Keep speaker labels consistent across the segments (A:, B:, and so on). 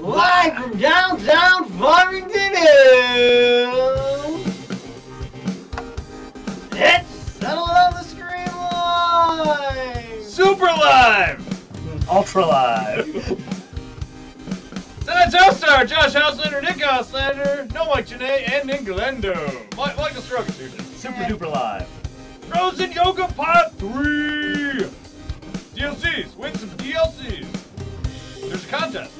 A: Live from downtown Farmington Hills! It's Settle It on the Screen Live!
B: Super live!
C: Ultra live.
B: Tonight's host star, Josh Houselander, Nick Houselander, Noah Janae, and Nick Galendo. Mi- Michael Strogatooth.
C: Super duper live.
B: Frozen Yoga Part 3! DLCs. Win some DLCs. There's a contest.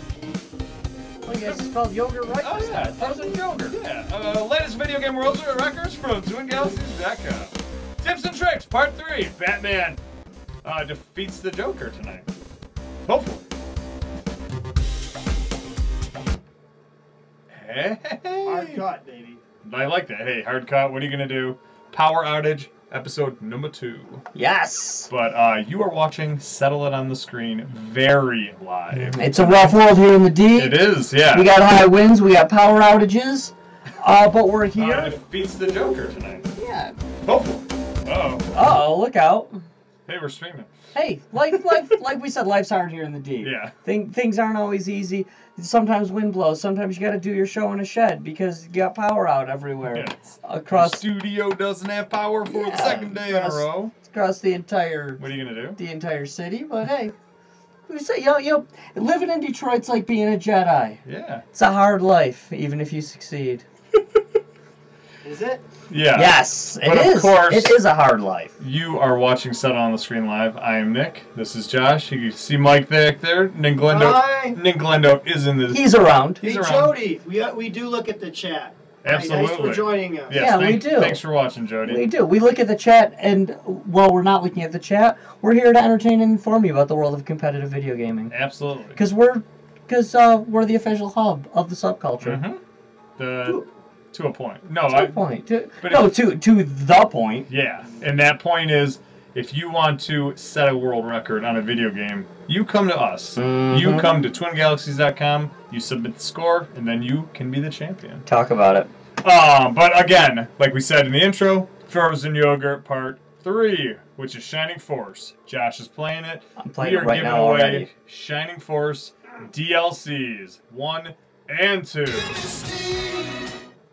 C: Oh, you guys spelled yogurt right
B: Oh,
C: this
B: yeah.
C: time.
B: Frozen Yogurt. Yeah. Uh, latest video game worlds or records from TwoandGalaxies.com. Tips and tricks, part three. Batman uh, defeats the Joker tonight. Hopefully. Hey.
D: Hard cut, baby.
B: I like that. Hey, hard cut. What are you gonna do? Power outage, episode number two.
C: Yes.
B: But uh, you are watching Settle It on the Screen very live.
C: It's a rough world here in the
B: It
C: deep.
B: is, yeah.
C: Mm-hmm. We got high winds. We got power outages. Uh, but we're
B: uh,
C: here.
B: defeats the Joker tonight.
C: Yeah.
B: Hopefully. Oh.
C: Oh, look out.
B: Hey, we're streaming.
C: Hey, like like like we said, life's hard here in the deep.
B: Yeah.
C: Thing, things aren't always easy. Sometimes wind blows. Sometimes you got to do your show in a shed because you got power out everywhere
B: Yeah.
C: across
B: The studio doesn't have power for
C: Yeah,
B: the second day in
C: across-
B: a row.
C: across the entire
B: What are you gonna do?
C: the entire city. But hey, who say yo yo? Living in Detroit's like being a Jedi.
B: Yeah.
C: It's a hard life, even if you succeed.
D: Is it?
B: Yeah.
C: Yes, it is.
B: But of course-
C: It is a hard life.
B: You are watching Settle on the Screen Live. I am Nick. This is Josh. You can see Mike back there. Nick Glendo.
D: Hi.
B: Nick Glendo is in this.
C: He's around.
B: He's
D: hey,
B: around.
D: Jody, we, we do look at the chat. Hey,
B: Absolutely.
D: Thanks for joining us.
B: Yes,
C: Yeah, we
B: thank-
C: do.
B: Thanks for watching, Jody.
C: We do. We look at the chat, and while we're not looking at the chat, we're here to entertain and inform you about the world of competitive video gaming.
B: Absolutely.
C: Because we're, because uh, we're the official hub of the subculture.
B: hmm The, to a point. No,
C: To
B: I,
C: a point. To,
B: but
C: no, to to the point.
B: yeah. And that point is if you want to set a world record on a video game, you come to us. You
C: Mhm.
B: come to twingalaxies.com, you submit the score, and then you can be the champion.
C: Talk about it.
B: Um, but again, like we said in the intro, Frozen Yogurt Part 3, which is Shining Force. Josh is playing it.
C: I'm playing
B: We
C: it
B: are
C: right
B: giving
C: now
B: away
C: already.
B: Shining Force DLCs 1 and 2.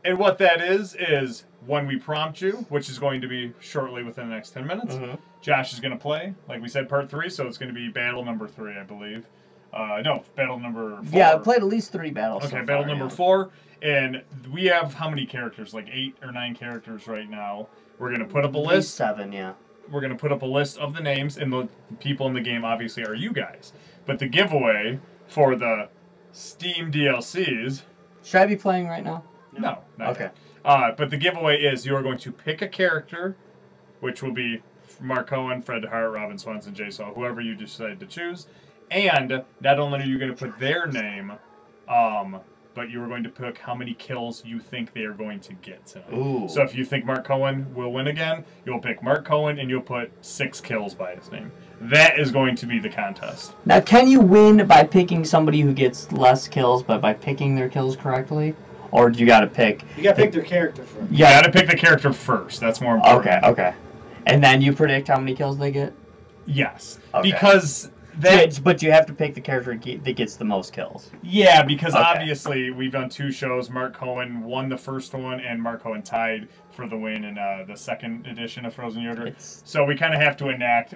B: And what that is, is when we prompt you, which is going to be shortly within the next 10 minutes,
C: Mhm.
B: Josh is going to play, like we said, part 3, so it's going to be battle number 3, I believe. Uh, no, battle number 4.
C: Yeah, I played at least three battles.
B: Okay,
C: so
B: battle
C: far,
B: number
C: Oh, yeah.
B: four, and we have how many characters? Like eight or nine characters right now. We're gonna put up a
C: At least
B: list.
C: seven. Yeah.
B: We're gonna put up a list of the names, and the people in the game obviously are you guys. But the giveaway for the Steam DLCs,
C: Should I be playing right now?
B: no, not
C: Okay.
B: yet. Uh, but the giveaway is you are going to pick a character, which will be Mark Cohen, Fred Hart, Robin Swanson, Jay Saul, whoever you decide to choose. And not only are you going to put their name, um, but you are going to pick how many kills you think they are going to get tonight.
C: Ooh.
B: So if you think Mark Cohen will win again, you'll pick Mark Cohen and you'll put six kills by his name. That is going to be the contest.
C: Now, can you win by picking somebody who gets less kills, but by picking their kills correctly, or do you got to pick?
D: You gotta pick their character first.
B: You got to pick the character first. That's more important.
C: Okay. uh, Okay. And then you predict how many kills they get.
B: Yes.
C: Okay.
B: Because that
C: Yeah, but you have to pick the character ge- that gets the most kills.
B: Yeah, because
C: Okay.
B: obviously we've done two shows. Mark Cohen won the first one, and Mark Cohen tied for the win in uh, the second edition of Frozen Yogurt.
C: It's-
B: So we kind of have to enact.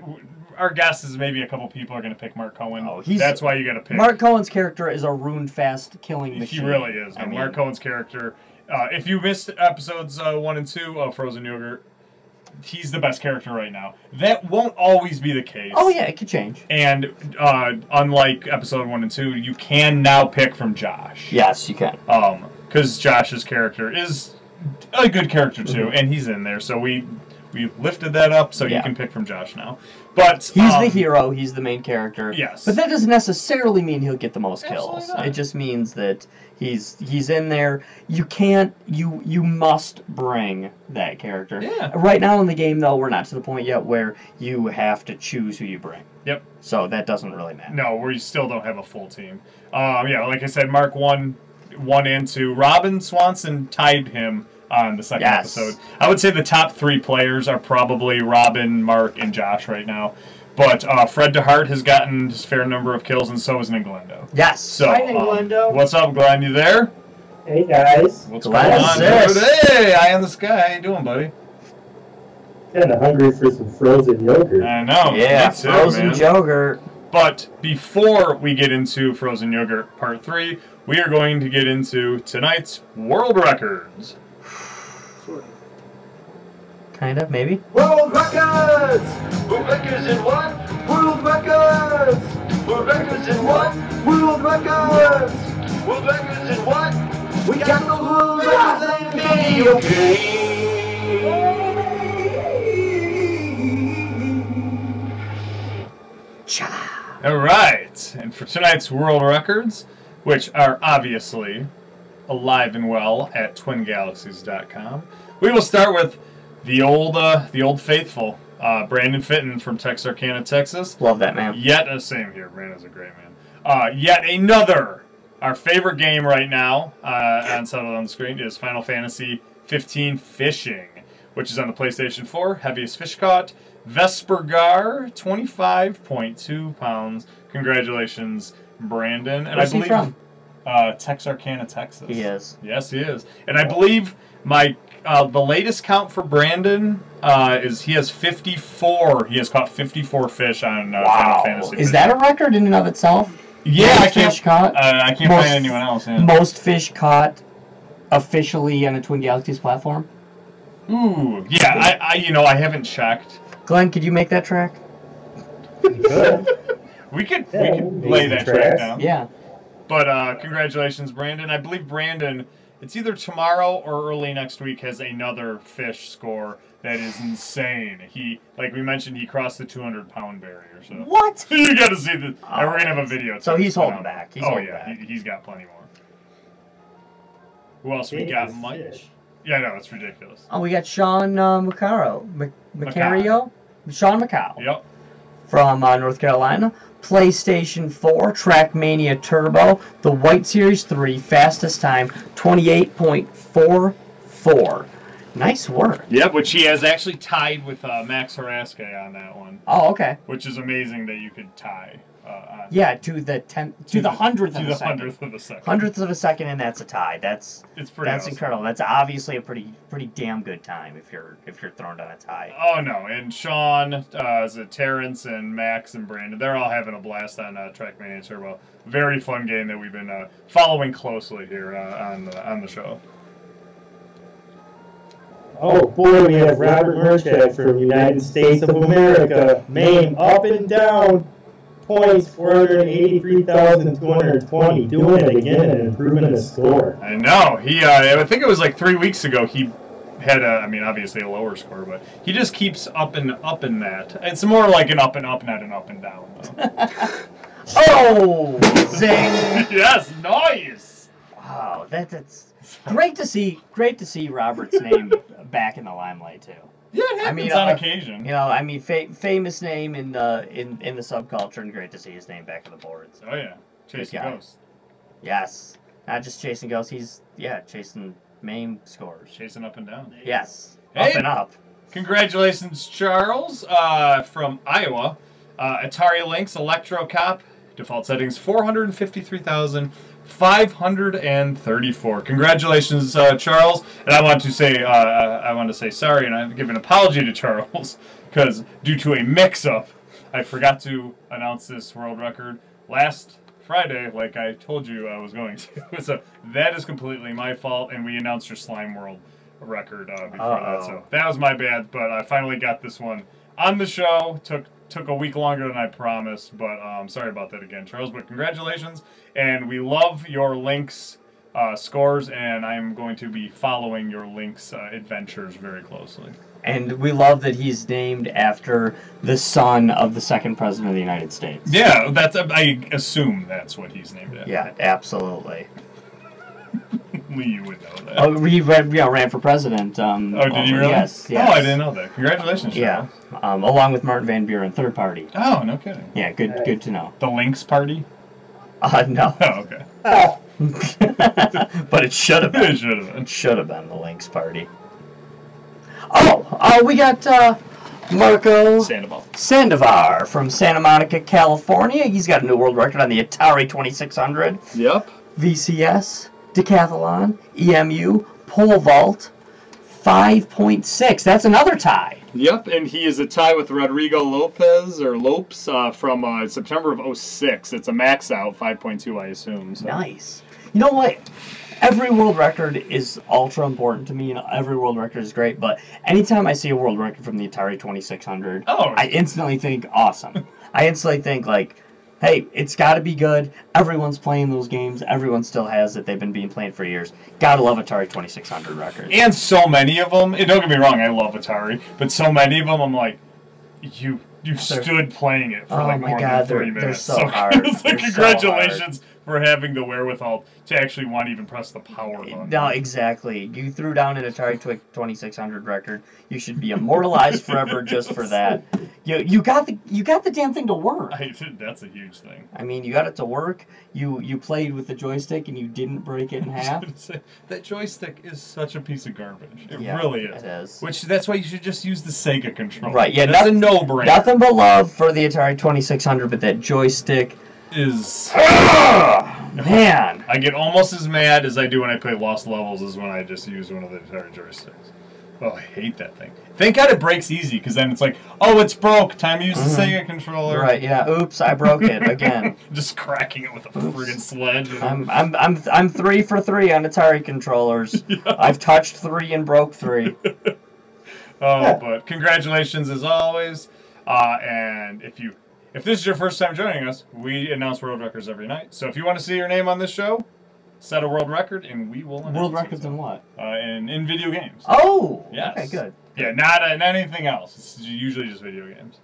B: Our guess is maybe a couple people are going to pick Mark Cohen.
C: Oh, he's-
B: That's why you got to pick.
C: Mark Cohen's character is a rune fast killing
B: he
C: machine.
B: really is.
C: I
B: No,
C: mean-
B: Mark Cohen's character. Uh, if you missed episodes uh, one and two of Frozen Yogurt, he's the best character right now. That won't always be the case.
C: Oh yeah, it could change.
B: And uh, unlike episode one and two, you can now pick from Josh.
C: Yes, you can.
B: um because josh's character is a good character too and he's in there so we we lifted that up so
C: Mm-hmm. Yeah.
B: you can pick from josh now but
C: He's
B: um,
C: the hero. He's the main character.
B: yes.
C: But that doesn't necessarily mean he'll get the most
B: Absolutely
C: kills.
B: not.
C: It just means that he's he's in there. You can't. You you must bring that character.
B: Yeah.
C: Right now in the game, though, we're not to the point yet where you have to choose who you bring.
B: Yep.
C: So that doesn't really matter.
B: no we still don't have a full team um yeah like i said mark one one and two robin swanson tied him on the second
C: Yes.
B: episode i would say the top three players are probably robin mark and josh right now But uh, Fred DeHart has gotten his fair number of kills, and so has Ninglendo.
C: Yes.
B: So,
D: Hi,
B: um,
D: Ninglendo.
B: what's up, Glenn? You there?
E: Hey guys,
B: What's
C: Glenn
B: going on,
C: exists.
B: dude? Hey, eye in the sky. How you doing, buddy?
E: kind of hungry for some frozen yogurt.
B: I know.
C: yeah.
B: me too,
C: Frozen
B: man.
C: yogurt.
B: But before we get into frozen yogurt part three, we are going to get into tonight's world records.
C: Kind of, maybe.
A: World records! World records in what? World records! World records in what? World records! World records in what? We got the world records in video game.
C: Cha.
B: All right, and for tonight's world records, which are obviously alive and well at twingalaxies.com, we will start with the old, uh, the old faithful, uh, Brandon Fitton from Texarkana, Texas.
C: Love that man.
B: Yet uh, same here. Brandon's a great man. Uh, yet another. Our favorite game right now uh, on Settled on the Screen is Final Fantasy 15 Fishing, which is on the PlayStation 4. Heaviest fish caught. Vespergar, 25.2 pounds. Congratulations, Brandon. And
C: Where's
B: I
C: he
B: believe
C: from?
B: Uh, Texarkana, Texas.
C: He is.
B: Yes, he is. And I believe my uh, the latest count for Brandon uh, is he has 54. He has caught 54 fish on uh,
C: Wow.
B: Final Fantasy.
C: Is that a record in and of itself?
B: Yeah,
C: Most
B: I can't.
C: fish caught.
B: Uh, I can't
C: Most-
B: find anyone else. Yeah.
C: Most fish caught officially on the Twin Galaxies platform.
B: Ooh, yeah. I, I, you know, I haven't checked.
C: Glenn, could you make that track?
E: Good.
B: We could,
E: Yeah,
B: we could
E: we
B: lay
E: can
B: that
E: track.
B: track down.
C: Yeah.
B: But uh, congratulations, Brandon. I believe Brandon. It's either tomorrow or early next week has another fish score that is insane. He, like we mentioned, he crossed the 200 pound barrier. So.
C: What?
B: you got to see this. and we're gonna have a video.
C: So
B: too.
C: he's holding
B: Um,
C: back. He's
B: oh
C: holding
B: yeah,
C: back.
B: He, has got plenty more. Who else we got? Mike.
E: Fish.
B: Yeah, no, it's ridiculous.
C: Oh, we got Sean uh, Macaro. Mac- Macario? Sean Macau
B: Yep.
C: from uh, North Carolina. PlayStation 4, Trackmania Turbo, the White Series 3, fastest time, 28.44. Nice work.
B: Yep. Which he has actually tied with uh, Max Haraske on that one,
C: Oh, okay.
B: which is amazing that you could tie. Uh, on,
C: Yeah, to the tenth, to, the hundredth
B: to
C: of
B: the
C: a second.
B: hundredth of a second.
C: Hundredth of a second, and that's a tie. That's
B: It's pretty.
C: that's
B: awesome.
C: incredible. That's obviously a pretty pretty damn good time if you're if you're thrown on a tie.
B: Oh no! And Sean, uh, is it Terrence and Max and Brandon? They're all having a blast on uh, Trackmania Turbo. Very fun game that we've been uh, following closely here uh, on the on the show.
E: Oh boy, we have Robert Murchad from United States of America. Maine up and down. Points 483,220. Doing it again and improving his score.
B: I know. He, uh, I think it was like three weeks ago. He had a, I mean, obviously a lower score, but he just keeps up and up in that. It's more like an up and up, not an up and down. Though.
C: Oh, zing!
B: yes, nice.
C: Wow, that, that's great to see. Great to see Robert's name back in the limelight too.
B: Yeah, it happens
C: I mean,
B: on
C: uh,
B: occasion.
C: You know, I mean, fa- famous name in the in in the subculture, and great to see his name back on the boards.
B: Oh yeah, chasing
C: guy.
B: ghosts,
C: Yes, not just chasing ghosts. He's yeah, chasing main scores.
B: chasing up and down.
C: Yes,
B: Hey.
C: up and up.
B: Congratulations, Charles, uh, from Iowa. Uh, Atari Lynx Electro Cop. Default settings 453,534. Congratulations, uh, Charles. And I want to say, uh, I want to say sorry, and I give an apology to Charles because due to a mix-up, I forgot to announce this world record last Friday, like I told you I was going to. so that is completely my fault, and we announced your slime world record uh, before that.
C: Uh-oh.
B: So that was my bad, but I finally got this one on the show. Took took a week longer than I promised, but um, sorry about that again, Charles. But congratulations, and we love your links. Uh, scores and I'm going to be following your links uh, adventures very closely.
C: And we love that he's named after the son of the second president of the United States.
B: Yeah, that's uh, I assume that's what he's named after.
C: Yeah, absolutely.
B: Only you would know that.
C: Oh, he ran, yeah, ran for president. Um,
B: Oh, did you really?
C: Yes. yes.
B: Oh, I didn't know that. Congratulations.
C: Yeah, um, along with Martin Van Buren, third party.
B: Cheryl. Oh, no kidding.
C: Yeah, good,
E: Nice.
C: good to know.
B: The Lynx party?
C: Uh, no,
B: Oh, okay.
C: but it should have been.
B: It should have been.
C: Should have been the Lynx party. Oh, uh, we got uh, Marco
B: Sandoval.
C: Sandovar from Santa Monica, California. He's got a new world record on the Atari 2600,
B: Yep.
C: VCS, decathlon, EMU, pole vault, 5.6. That's another tie.
B: Yep, and he is a tie with Rodrigo Lopez or Lopes uh, from uh, September of 06. It's a max out, 5.2, I assume. So.
C: Nice. You know what? Every world record is ultra important to me. You know, every world record is great, but anytime I see a world record from the Atari 2600,
B: Oh.
C: I instantly think awesome. I instantly think like, hey, it's got to be good. Everyone's playing those games. Everyone still has it. They've been being played for years. Gotta love Atari 2600 records.
B: And so many of them. And don't get me wrong, I love Atari, but so many of them, I'm like, you you stood playing it for
C: Oh
B: like
C: my
B: more than
C: God,
B: 3
C: they're- they're
B: minutes.
C: so hard.
B: it's like,
C: They're so hard.
B: congratulations for having the wherewithal to actually want to even press the power button.
C: No, exactly. You threw down an Atari Twi- 2600 record. You should be immortalized forever just for that. You you got the you got the damn thing to work.
B: I, that's a huge thing.
C: I mean, you got it to work. You you played with the joystick and you didn't break it in half.
B: that joystick is such a piece of garbage. It
C: Yeah,
B: really is.
C: It is.
B: Which that's why you should just use the Sega controller.
C: Right, yeah,
B: That's
C: noth-
B: a no-brainer.
C: Nothing but love for the Atari 2600, but that joystick.
B: is.
C: Man.
B: I get almost as mad as I do when I play Lost Levels is when I just use one of the Atari joysticks. Oh, I hate that thing. Thank God it breaks easy, because then it's like, oh, it's broke. Time to use the Sega controller.
C: Mm-hmm. Right, yeah. Oops, I broke it again.
B: Just cracking it with a friggin' sledge.
C: I'm I'm I'm I'm 3 for 3 on Atari controllers. I've touched 3 and broke 3.
B: Oh, but congratulations as always. Uh, and if you if this is your first time joining us, we announce world records every night. So if you want to see your name on this show, set a world record and we will announce
C: World
B: it.
C: records in what?
B: uh, in, in video games.
C: Oh.
B: Yes.
C: Okay, good.
B: Yeah, not, uh, not anything else. It's usually just video games.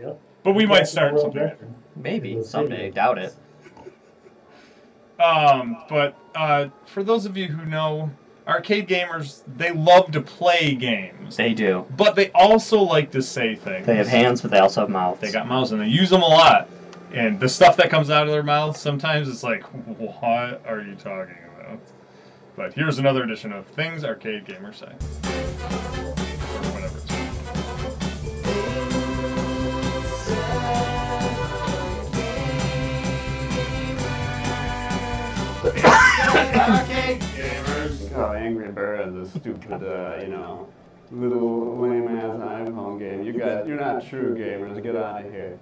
E: Yep.
B: But we might
E: That's the
B: start
E: world
B: something.
E: record.
C: Maybe
E: We'll see.
C: someday. Doubt it.
B: Um, but uh, for those of you who know, arcade gamers they love to play games,
C: They do.
B: but they also like to say things.
C: They have hands, but they also have mouths.
B: They got mouths and they use them a lot. And the stuff that comes out of their mouths sometimes it's like, what are you talking about? But here's another edition of Things Arcade Gamers Say. Or whatever it's called.
D: Okay.
F: Oh, Angry Birds is a stupid, uh, you know, little lame ass iPhone game. You guys, you're not true gamers. Get out of here.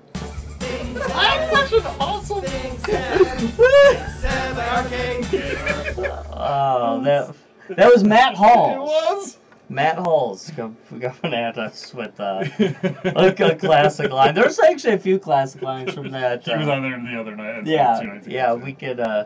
C: Oh, that that was Matt
B: It
C: Halls.
B: was!
C: Matt Halls go- going at us with uh, a, a classic line. There's actually a few classic lines from that.
B: He was
C: Uh,
B: on there the other night.
C: yeah,
B: two nights ago,
C: yeah,
B: too.
C: we could. Uh,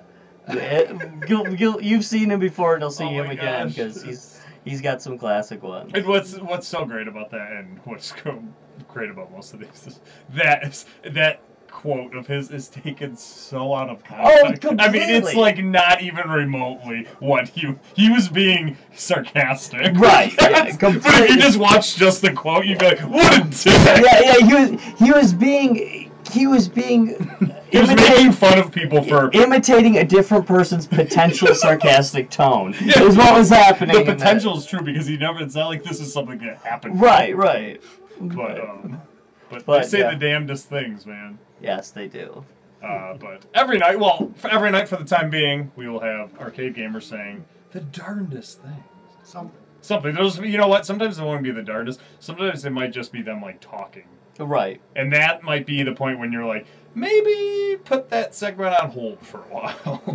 C: it- you'll, you'll, you've seen him before, and you'll see
B: Oh
C: him
B: my
C: again
B: gosh.
C: because he's he's got some classic ones.
B: And what's what's so great about that, and what's co- great about most of these, is that is, that quote of his is taken so out of context. I mean, it's
C: Oh, completely.
B: like not even remotely what he he was being sarcastic.
C: Right, yeah,
B: but if
C: completely.
B: you just watch just the quote, you'd be like, "What a dick!"
C: Yeah, yeah, he was he was being he was being
B: He was
C: imitating-
B: making fun of people for
C: imitating a different person's potential sarcastic tone
B: Yeah.
C: is what was happening.
B: the
C: in that-
B: potential is true because he never. It's not like this is something that happened.
C: Right, right.
B: But um, but,
C: But,
B: they say
C: yeah.
B: the damnedest things, man.
C: Yes, they do.
B: Uh, but every night, well, for every night for the time being, we will have arcade gamers saying the darndest things.
D: Something.
B: Something. Those, you know what? Sometimes it won't be the darndest. Sometimes it might just be them like talking,
C: Right.
B: and that might be the point when you're like, maybe put that segment on hold for a while.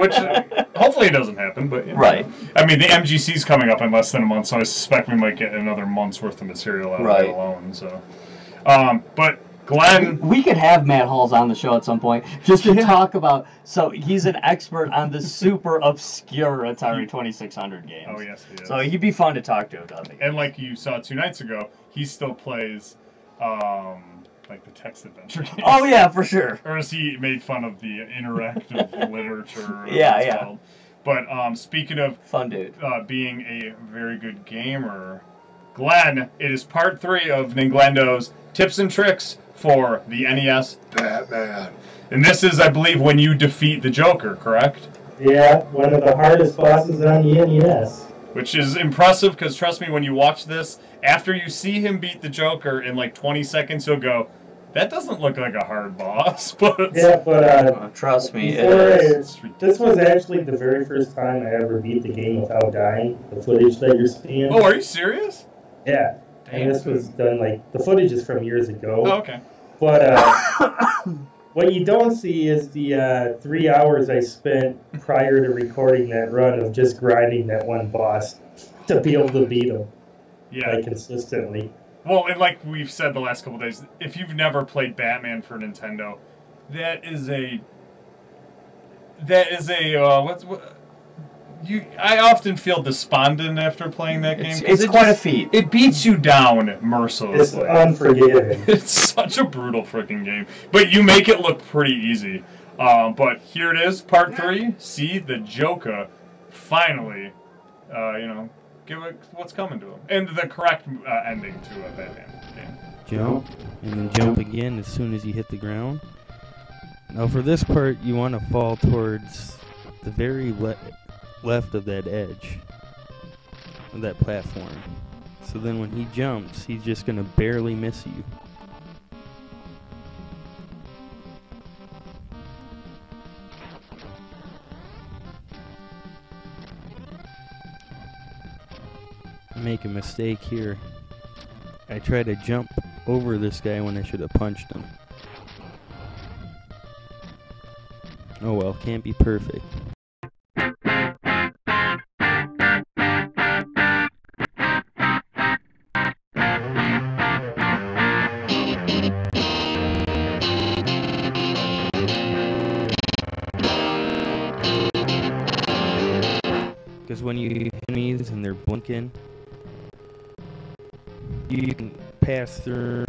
B: Which uh, hopefully it doesn't happen, but you know.
C: Right.
B: I mean, the MGC's coming up in less than a month, so I suspect we might get another month's worth of material out of
C: Right.
B: it alone. So, um, but Glenn.
C: We could have Matt Halls on the show at some point just to talk about. So he's an expert on the super obscure Atari 2600 games.
B: Oh yes, he is.
C: So he'd be fun to talk to about it.
B: and like you saw two nights ago, he still plays um, like the text adventure games.
C: Oh yeah, for sure.
B: Or as he made fun of the interactive literature. or whatever
C: Yeah,
B: it's
C: yeah.
B: called. But um, speaking of
C: Fun dude.
B: uh, being a very good gamer, Glenn, it is part three of Ninglendo's tips and tricks for the NES Batman. And this is, I believe, when you defeat the Joker, correct?
E: Yeah, one of the E hardest bosses on the NES.
B: which is impressive because trust me, when you watch this, after you see him beat the Joker in like 20 seconds, you'll go, that doesn't look like a hard boss, but
E: Yeah, but uh,
C: Uh, trust me, it
E: before
C: is.
E: I, this was actually the very first time I ever beat the game without dying. The footage that you're seeing.
B: Oh, are you serious?
E: Yeah,
B: Damn.
E: and this was done like the footage is from years ago.
B: Oh, okay.
E: But uh, what you don't see is the uh, three hours I spent prior to recording that run of just grinding that one boss to be able to beat him
B: Yeah.
E: like consistently.
B: Well, and like we've said the last couple days, if you've never played Batman for Nintendo, that is a that is a uh, what's what you. I often feel despondent after playing that game.
C: It's,
B: 'cause
C: it's
B: it
C: quite
B: just-
C: a feat.
B: It beats you down
E: It's uh,
B: mercilessly.
E: unforgiving.
B: It's such a brutal freaking game, but you make it look pretty easy. Um, but here it is, part three. See the Joker, finally, uh, you know, give it what's coming to him, and the correct uh, ending to a Batman game.
G: jump, and then jump again as soon as you hit the ground. Now, for this part, you want to fall towards the very le- left of that edge of that platform. So then, when he jumps, he's just going to barely miss you. Make a mistake here. I tried to jump over this guy when I should have punched him. Oh well, can't be perfect. Because when you hit enemies and they're blinking, you can pass through.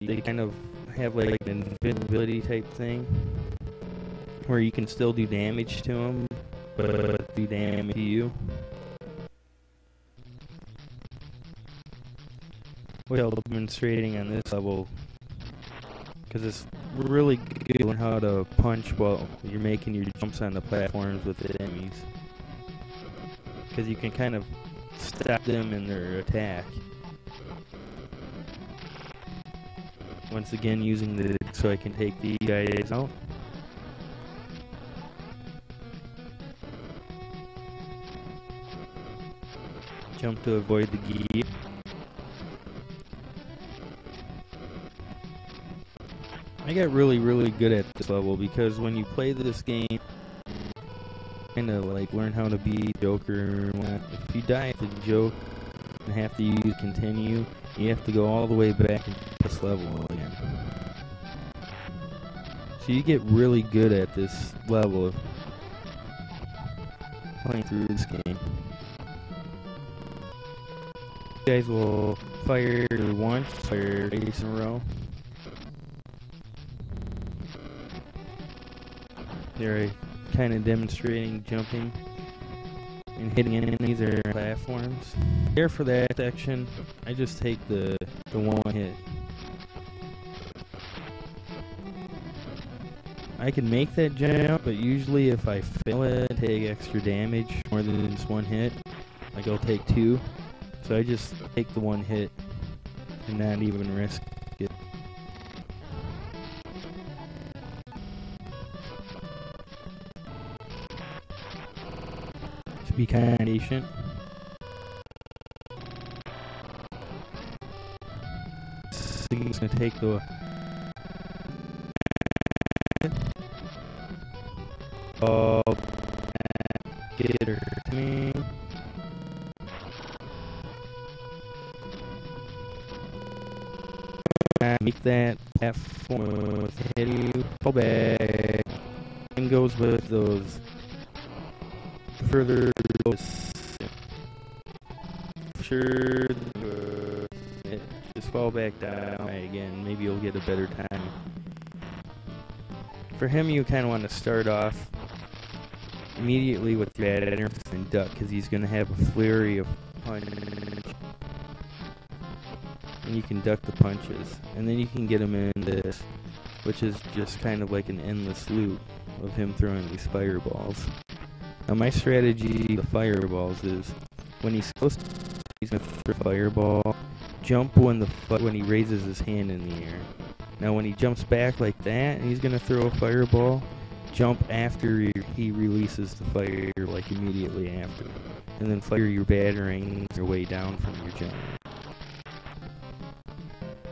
G: They kind of have like an invincibility type thing where you can still do damage to them, but do damage to you. Well, demonstrating on this level because it's really good to learn how to punch while you're making your jumps on the platforms with the enemies. Because you can kind of stop them in their attack. Once again, using the so I can take the guys out. Jump to avoid the gi. I got really, really good at this level because when you play this game, kind of like learn how to be Joker. and whatnot. If you die at the joke and have to use continue, you have to go all the way back and this level again. So you get really good at this level of playing through this game. You guys will fire once, fire twice in a row. They're kind of demonstrating jumping and hitting enemies or platforms. Here for that section, I just take the, the one hit. I can make that jump, but usually if I fail it, take extra damage more than just one hit. Like I'll take two. So I just take the one hit and not even risk it. To be kind of patient. This thing's gonna take the Oh, get her to me. I Make that platform with hit you. Fall back. And goes with those further. goes. Sure. uh, yeah, Just fall back down again. Maybe you'll get a better time. For him, you kind of want to start off immediately with your bad energy and duck because he's going to have a flurry of punch. And you can duck the punches. And then you can get him in this, which is just kind of like an endless loop of him throwing these fireballs. Now, my strategy, the fireballs, is When he's close, to, he's gonna throw a fireball. Jump when the fi- when he raises his hand in the air. Now when he jumps back like that, he's gonna throw a fireball. Jump after he- he releases the fire, like immediately after, and then fire your battering your way down from your jump.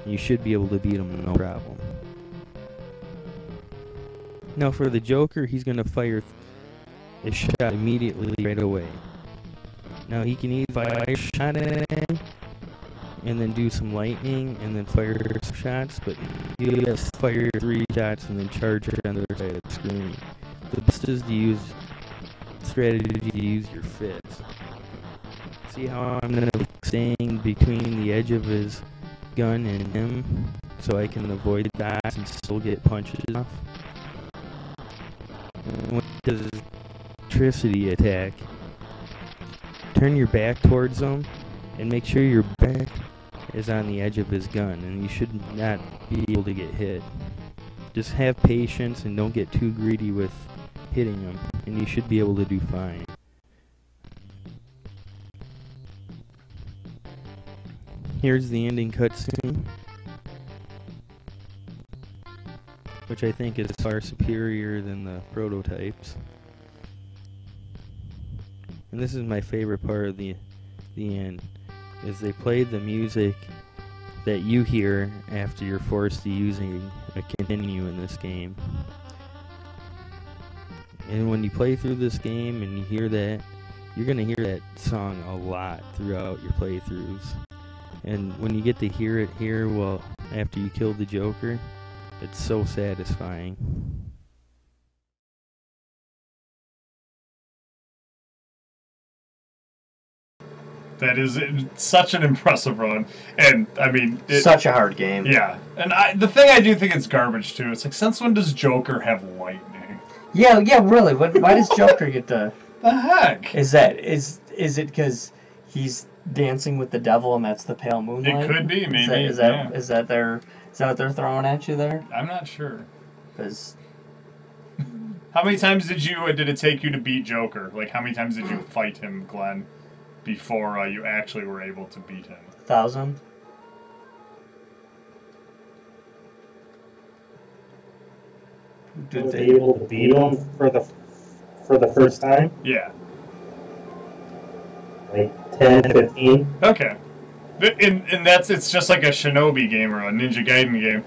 G: You should be able to beat him no problem. Now for the Joker, he's gonna fire a shot immediately right away. Now he can either fire a shot at him and then do some lightning and then fire some shots, but he has to fire three shots and then charge on the other side of the screen. The best is to use strategy to use your fists. See how I'm gonna be staying between the edge of his gun and him so I can avoid dots and still get punches off. And when he does his electricity attack, turn your back towards him and make sure your back is on the edge of his gun and you should not be able to get hit. Just have patience and don't get too greedy with hitting him and you should be able to do fine. Here's the ending cutscene, which I think is far superior than the prototypes. And this is my favorite part of the the end is they play the music that you hear after you're forced to using a continue in this game. And when you play through this game and you hear that, you're going to hear that song a lot throughout your playthroughs. And when you get to hear it here, well, after you kill the Joker, it's so satisfying.
B: That is in- such an impressive run, and I mean, it,
C: Such a hard game.
B: yeah. And I, the thing I do think it's garbage too. It's like since when does Joker have lightning?
C: yeah, yeah, really. What, why does Joker get the?
B: The heck!
C: Is that is is it because he's dancing with the devil and that's the pale moonlight?
B: It could be maybe.
C: Is that is that, is that their is that what they're throwing at you there?
B: yeah. I'm not sure.
C: Because
B: How many times did you uh, did it take you to beat Joker? Like how many times did you fight him, Glenn, before uh, you actually were able to beat him?
C: thousand. Did
E: Was
C: they?
E: able to beat him for the for the first time?
B: Yeah.
E: Like 10, 15?
B: Okay. Th- And, and that's it's just like a Shinobi game or a Ninja Gaiden game.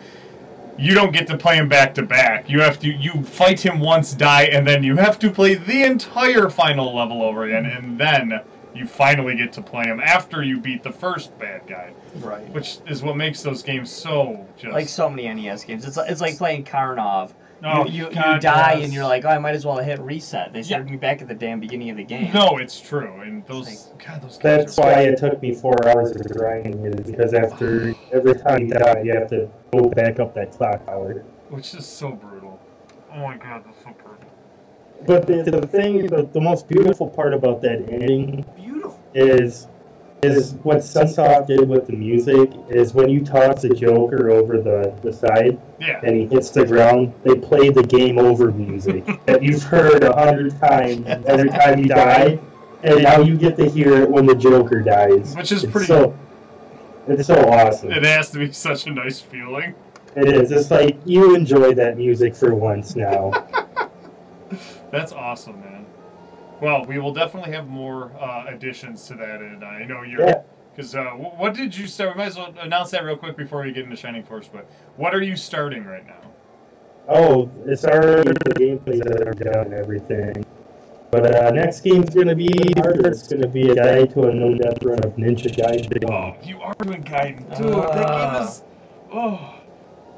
B: You don't get to play him back to back. You have to you fight him once, die, and then you have to play the entire final level over again, and then you finally get to play him after you beat the first bad guy,
C: Right.
B: which is what makes those games so just
C: Like so many NES games, it's like, it's like playing Karnov.
B: Oh,
C: you you, you
B: God,
C: die
B: yes.
C: and you're like, oh, I might as well hit reset. They
B: Yeah.
C: started me back at the damn beginning of the game.
B: No, it's true, and those God, those
E: That's
B: games are-
E: why it took me four hours of grinding it, because after every time you die, you have to go back up that clock hour.
B: which is so brutal. Oh my God, that's so brutal.
E: But the, the thing, the, the most beautiful part about that ending is is what Sunsoft did with the music is when you toss the Joker over the, the side
B: Yeah,
E: and he hits the ground, they play the game over music that you've heard a hundred times every time you die, and now you get to hear it when the Joker dies.
B: which is
E: It's
B: pretty.
E: So, it's so awesome.
B: It has to be such a nice feeling.
E: It is. It's like you enjoy that music for once now.
B: That's awesome, man. Well, we will definitely have more uh, additions to that, and I know
E: Yeah.
B: you're because uh, wh- what did you start? We might as well announce that real quick before we get into Shining Force. But what are you starting right now?
E: Oh, it's already the gameplays that are done and everything. But uh, next game's gonna be harder. It's gonna be a guide to a known death run of Ninja Gaiden.
B: Oh, you are doing Gaiden, dude. that
C: Ah.
B: game is oh,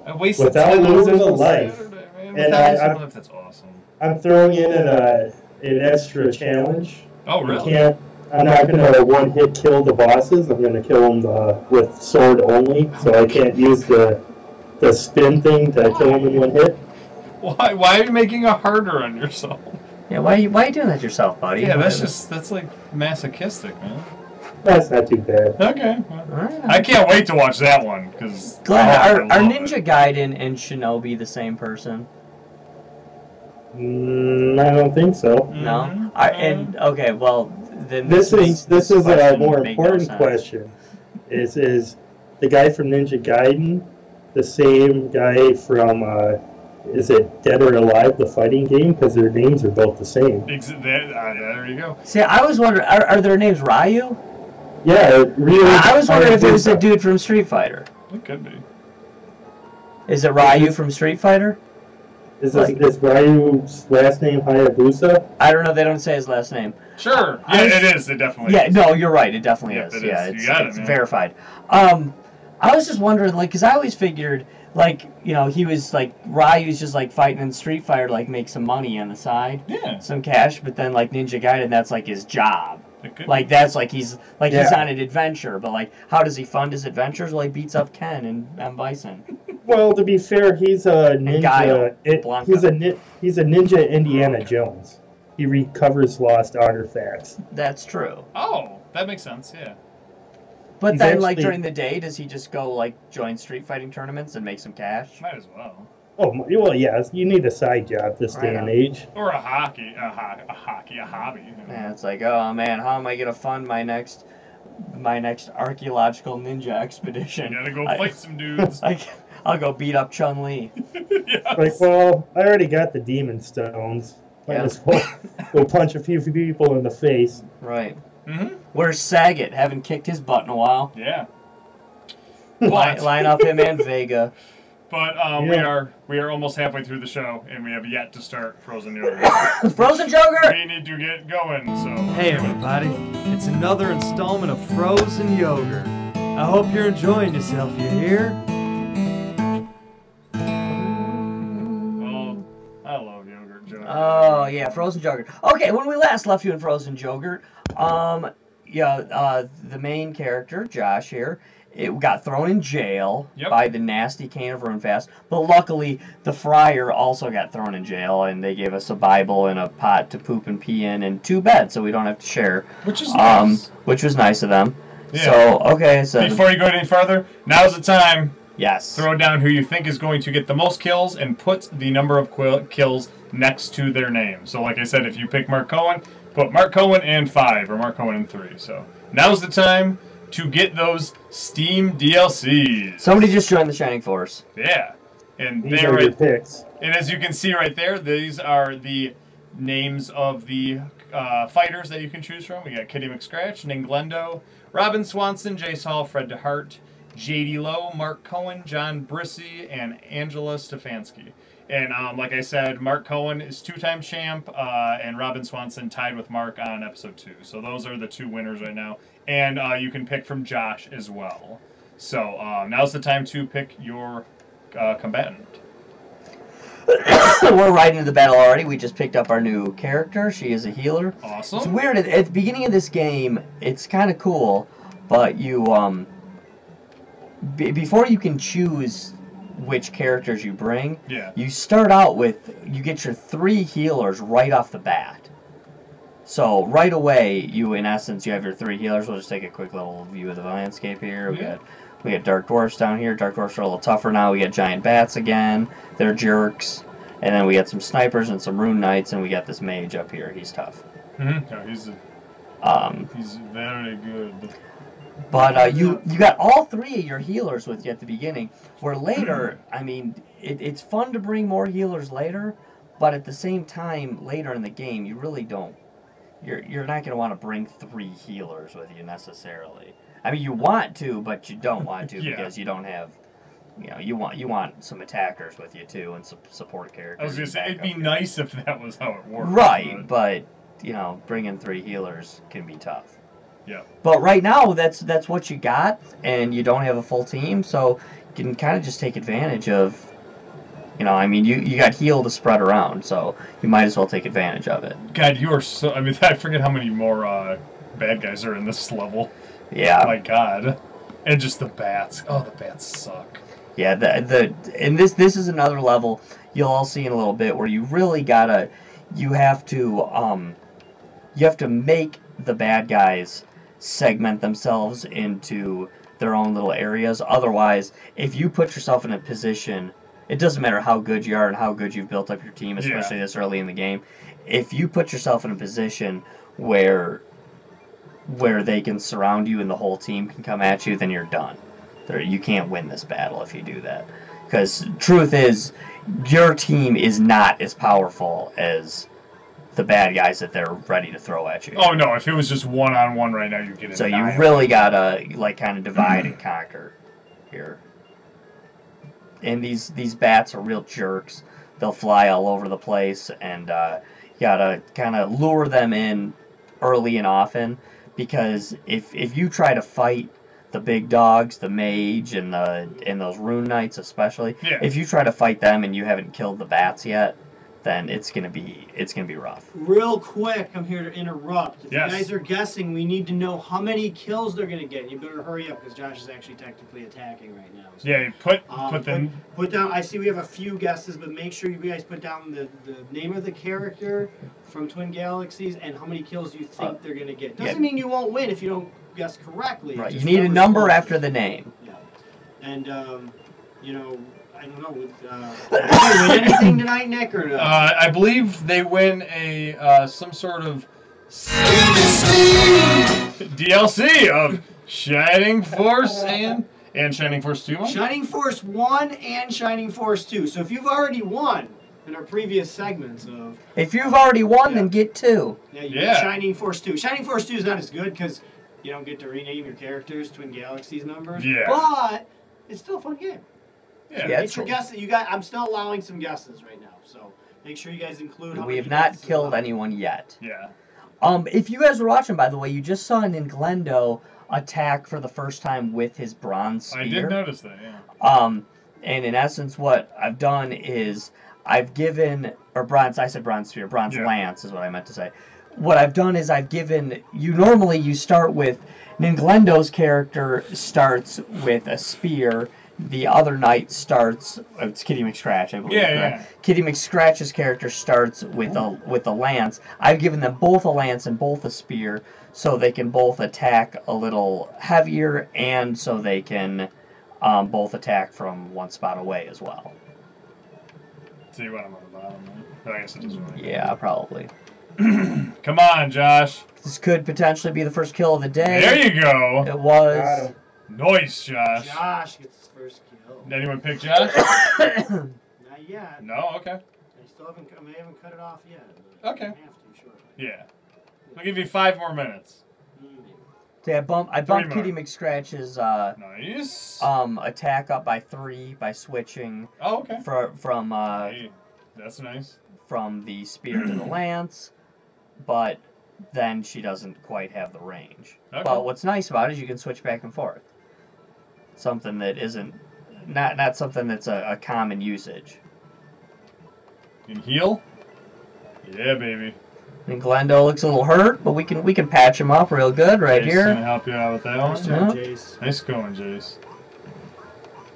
B: I wasted
E: Without
B: 10 hours
E: losing a
B: on
E: life.
B: Saturday, man.
E: And
B: Without
E: I-
B: losing a
E: I-
B: life, that's awesome.
E: I'm throwing in an, uh, an extra challenge.
B: Oh,
E: I
B: really?
E: can't. I'm not gonna one hit kill the bosses. I'm gonna kill them uh, with sword only, so I can't use the the spin thing to kill them in one hit.
B: Why? Why are you making a harder on yourself?
C: Yeah, why you why you doing that yourself, buddy?
B: Yeah, that's just that's like masochistic, man.
E: That's not too bad.
B: Okay. well,
C: Alright.
B: I can't wait to watch that one because
C: Glenn, are, are Ninja Gaiden and Shinobi the same person?
E: Mm, I don't think so.
B: Mm-hmm.
C: Mm-hmm. No. I, and okay, well, then
E: this is this is a
C: question
E: more
C: would make no
E: important
C: sense.
E: question. Is is the guy from Ninja Gaiden the same guy from uh, is it Dead or Alive the fighting game? Because their names are both the same.
B: Ex- there, uh, there you go.
C: See, I was wondering, are, are their names Ryu?
E: Yeah, it really.
C: I I was wondering if it was the dude from Street Fighter.
B: It could be.
C: Is it Ryu from Street Fighter?
E: Is this, is Ryu's last name Hayabusa?
C: I don't know. They don't say his last name.
B: Sure. Yeah, it is. Oh, It definitely.
C: Yeah,
B: is.
C: no, you're right. It definitely
B: Yeah,
C: is.
B: it is.
C: Yeah,
B: You
C: it's,
B: got it,
C: it's
B: man.
C: verified. Um, I was just wondering, like, because I always figured, like, you know, he was like Ryu's just like fighting in Street Fighter, to, like, make some money on the side,
B: Yeah.
C: some cash. But then, like, Ninja Gaiden, that's like his job.
B: It could
C: Like, that's like he's like he's
E: Yeah.
C: on an adventure. But like, how does he fund his adventures? Well, he beats up Ken and M Bison.
E: Well, to be fair, he's a
C: Gaio
E: ninja. It,
C: Blanco.
E: he's a nin- he's a ninja Indiana Jones. He recovers lost artifacts.
C: That's true.
B: Oh, that makes sense. Yeah.
C: But
E: He's
C: then, like
E: actually-
C: during the day, does he just go like join street fighting tournaments and make some cash?
B: Might as well.
E: Oh my- well, yeah, you need a side job this
C: Right
E: day
C: on.
E: and age.
B: Or a hockey, a, ho- a hockey, a hobby. You know.
C: And it's like, oh man, how am I gonna fund my next, my next archaeological ninja expedition?
B: You gotta go
C: I-
B: fight some dudes.
C: I, will go beat up Chun Li.
B: Yes.
E: Like, well, I already got the demon stones. Might
C: Yeah.
E: as well go punch a few people in the face.
C: Right.
B: hmm
C: Where's Saget? Haven't kicked his butt in a while.
B: Yeah.
C: Line,
B: But,
C: line up him and Vega.
B: but um, we
E: Yeah.
B: are we are almost halfway through the show, and we have yet to start Frozen Yogurt.
C: Frozen Joker.
B: we need to get going. So
D: Hey everybody, it's another installment of Frozen Yogurt. I hope you're enjoying yourself, you hear?
B: Well, Oh, I love yogurt, Joe.
C: Oh yeah, Frozen Joker. Okay, when we last left you in Frozen Joker, um, yeah, uh, the main character Josh here, it got thrown in jail
B: Yep.
C: by the nasty cane of Runefast. But luckily, the friar also got thrown in jail, and they gave us a Bible and a pot to poop and pee in, and two beds, so we don't have to share.
B: Which is
C: Um,
B: nice.
C: which was nice of them.
B: Yeah.
C: So okay, so
B: Before you go any further, now's the time.
C: yes,
B: Throw down who you think is going to get the most kills and put the number of quill- kills next to their name. So, like I said, if you pick Mark Cohen, put Mark Cohen and five or Mark Cohen and three. So, now's the time to get those Steam DLCs.
C: somebody just joined the Shining Force.
B: yeah. And
E: These
B: there
E: are your
B: it
E: picks.
B: And as you can see right there, these are the names of the uh, fighters that you can choose from. We got Kitty McScratch, Ninglendo, Robin Swanson, Jace Hall, Fred DeHart, JD Lowe, Mark Cohen, John Brissy, and Angela Stefanski. And um, like I said, Mark Cohen is two-time champ, uh, and Robin Swanson tied with Mark on episode two. So those are the two winners right now, and uh, you can pick from Josh as well. So um, now's the time to pick your uh, combatant.
C: We're right into the battle already. We just picked up our new character. She is a healer.
B: Awesome.
C: It's weird. At, at the beginning of this game, it's kind of cool, but you um, b- before you can choose which characters you bring,
B: Yeah.
C: you start out with you get your three healers right off the bat. So right away, you in essence you have your three healers. We'll just take a quick little view of the landscape here. We
B: Yeah.
C: got we got dark dwarfs down here. Dark dwarfs are a little tougher now. We got giant bats again. They're jerks. And then we got some snipers and some rune knights, and we got this mage up here. He's tough.
B: Mm-hmm. Yeah, he's
C: Um,
B: he's very good.
C: But uh, you you got all three of your healers with you at the beginning. Where later, I mean, it, it's fun to bring more healers later, but at the same time, later in the game, you really don't. You're you're not gonna want to bring three healers with you necessarily. I mean, you want to, but you don't want to
B: Yeah.
C: because you don't have. You know, you want you want some attackers with you too, and some support characters.
B: I was gonna
C: and
B: say it'd be
C: backup
B: nice if that was how it worked.
C: Right,
B: but-
C: but you know, bringing three healers can be tough.
B: Yeah.
C: But right now, that's that's what you got, and you don't have a full team, so you can kind of just take advantage of. You know, I mean, you you got heal to spread around, so you might as well take advantage of it.
B: God, you are so. I mean, I forget how many more uh, bad guys are in this level.
C: Yeah,
B: Oh my God, and just the bats. Oh, the bats suck.
C: yeah. The the and this this is another level you'll all see in a little bit where you really gotta you have to um you have to make the bad guys segment themselves into their own little areas. Otherwise, if you put yourself in a position, it doesn't matter how good you are and how good you've built up your team, especially this early in the game. If you put yourself in a position where where they can surround you and the whole team can come at you, then you're done. There, you can't win this battle if you do that. Because truth is, your team is not as powerful as the bad guys that they're ready to throw at you.
B: Oh no! If it was just one on one right now, you get it.
C: so you really gotta like kind of divide and conquer here. And these these bats are real jerks. They'll fly all over the place, and uh, you gotta kind of lure them in early and often. Because if if you try to fight the big dogs, the mage, and the and those rune knights especially,
B: Yeah.
C: if you try to fight them and you haven't killed the bats yet, then it's gonna be it's gonna be rough.
H: Real quick, I'm here to interrupt. If
B: Yes.
H: you guys are guessing, we need to know how many kills they're going to get. You better hurry up because Josh is actually technically attacking right now. So,
B: yeah. You put
H: um,
B: put them.
H: Put down. I see we have a few guesses, but make sure you guys put down the, the name of the character from Twin Galaxies and how many kills you think
C: Uh,
H: they're going to get.
C: yeah.
H: Doesn't mean you won't win if you don't guess correctly. It
C: Right. You
H: just
C: need a
H: covers
C: number
H: both.
C: after the name.
H: Yeah. And um, you know, I don't know. With, uh, did you win anything tonight, Nick, or no?
B: Uh, I believe they win a uh, some sort of DLC of Shining Force and and Shining Force Two.
H: Shining Force 1 and Shining Force 2. So if you've already won in our previous segments of
C: If you've already won, then get two.
H: yeah, you
B: Yeah.
H: get Shining Force 2. Shining Force 2 is not as good because you don't get to rename your characters Twin Galaxies numbers.
B: Yeah.
H: But it's still a fun game.
B: Yeah.
C: Yeah.
H: Make sure
C: true.
H: guess that you got I'm still allowing some guesses right now. So make sure you guys include how
C: We
H: many
C: have not
H: guesses
C: killed
H: allowed.
C: anyone yet.
B: Yeah.
C: Um, if you guys were watching, by the way, you just saw an Inglendo attack for the first time with his bronze spear.
B: I did notice that. Yeah.
C: Um, and in essence, what I've done is I've given or bronze. I said bronze spear, bronze
B: Yeah.
C: lance is what I meant to say. What I've done is I've given you. Normally, you start with Ninglendo's character starts with a spear. The other knight starts. oh, It's Kitty McScratch, I believe.
B: Yeah,
C: correct? Kitty McScratch's character starts with a with a lance. I've given them both a lance and both a spear, so they can both attack a little heavier, and so they can um, both attack from one spot away as well.
B: See what I'm on the bottom. right? But I guess it doesn't really.
C: Yeah, probably.
B: Come on, Josh.
C: This could potentially be the first kill of the day.
B: There you go.
C: It
E: Got
C: was.
E: 'em.
B: Nice, Josh.
H: Josh gets his first kill.
B: Anyone pick Josh?
H: Not yet.
B: No. Okay.
H: I still haven't I haven't cut it off yet. but
B: Okay.
H: I have to shortly.
B: Yeah. I'll give you five more minutes.
H: Mm.
C: See, I bump. I
B: Three
C: bumped Kitty McScratch's uh,
B: Nice.
C: um, attack up by three by switching
B: oh, okay.
C: fro- from uh,
B: Hey, that's nice.
C: from the spear to the lance, but then she doesn't quite have the range.
B: Okay.
C: But what's nice about it is you can switch back and forth. Something that isn't not not something that's a, a common usage.
B: And heal. Yeah, baby.
C: And Glendo looks a little hurt, but we can we can patch him up real good right
B: Jace
C: here.
B: gonna help you out with that
H: Nice
B: one.
H: job,
C: Uh-huh.
H: Jace.
B: Nice going, Jace.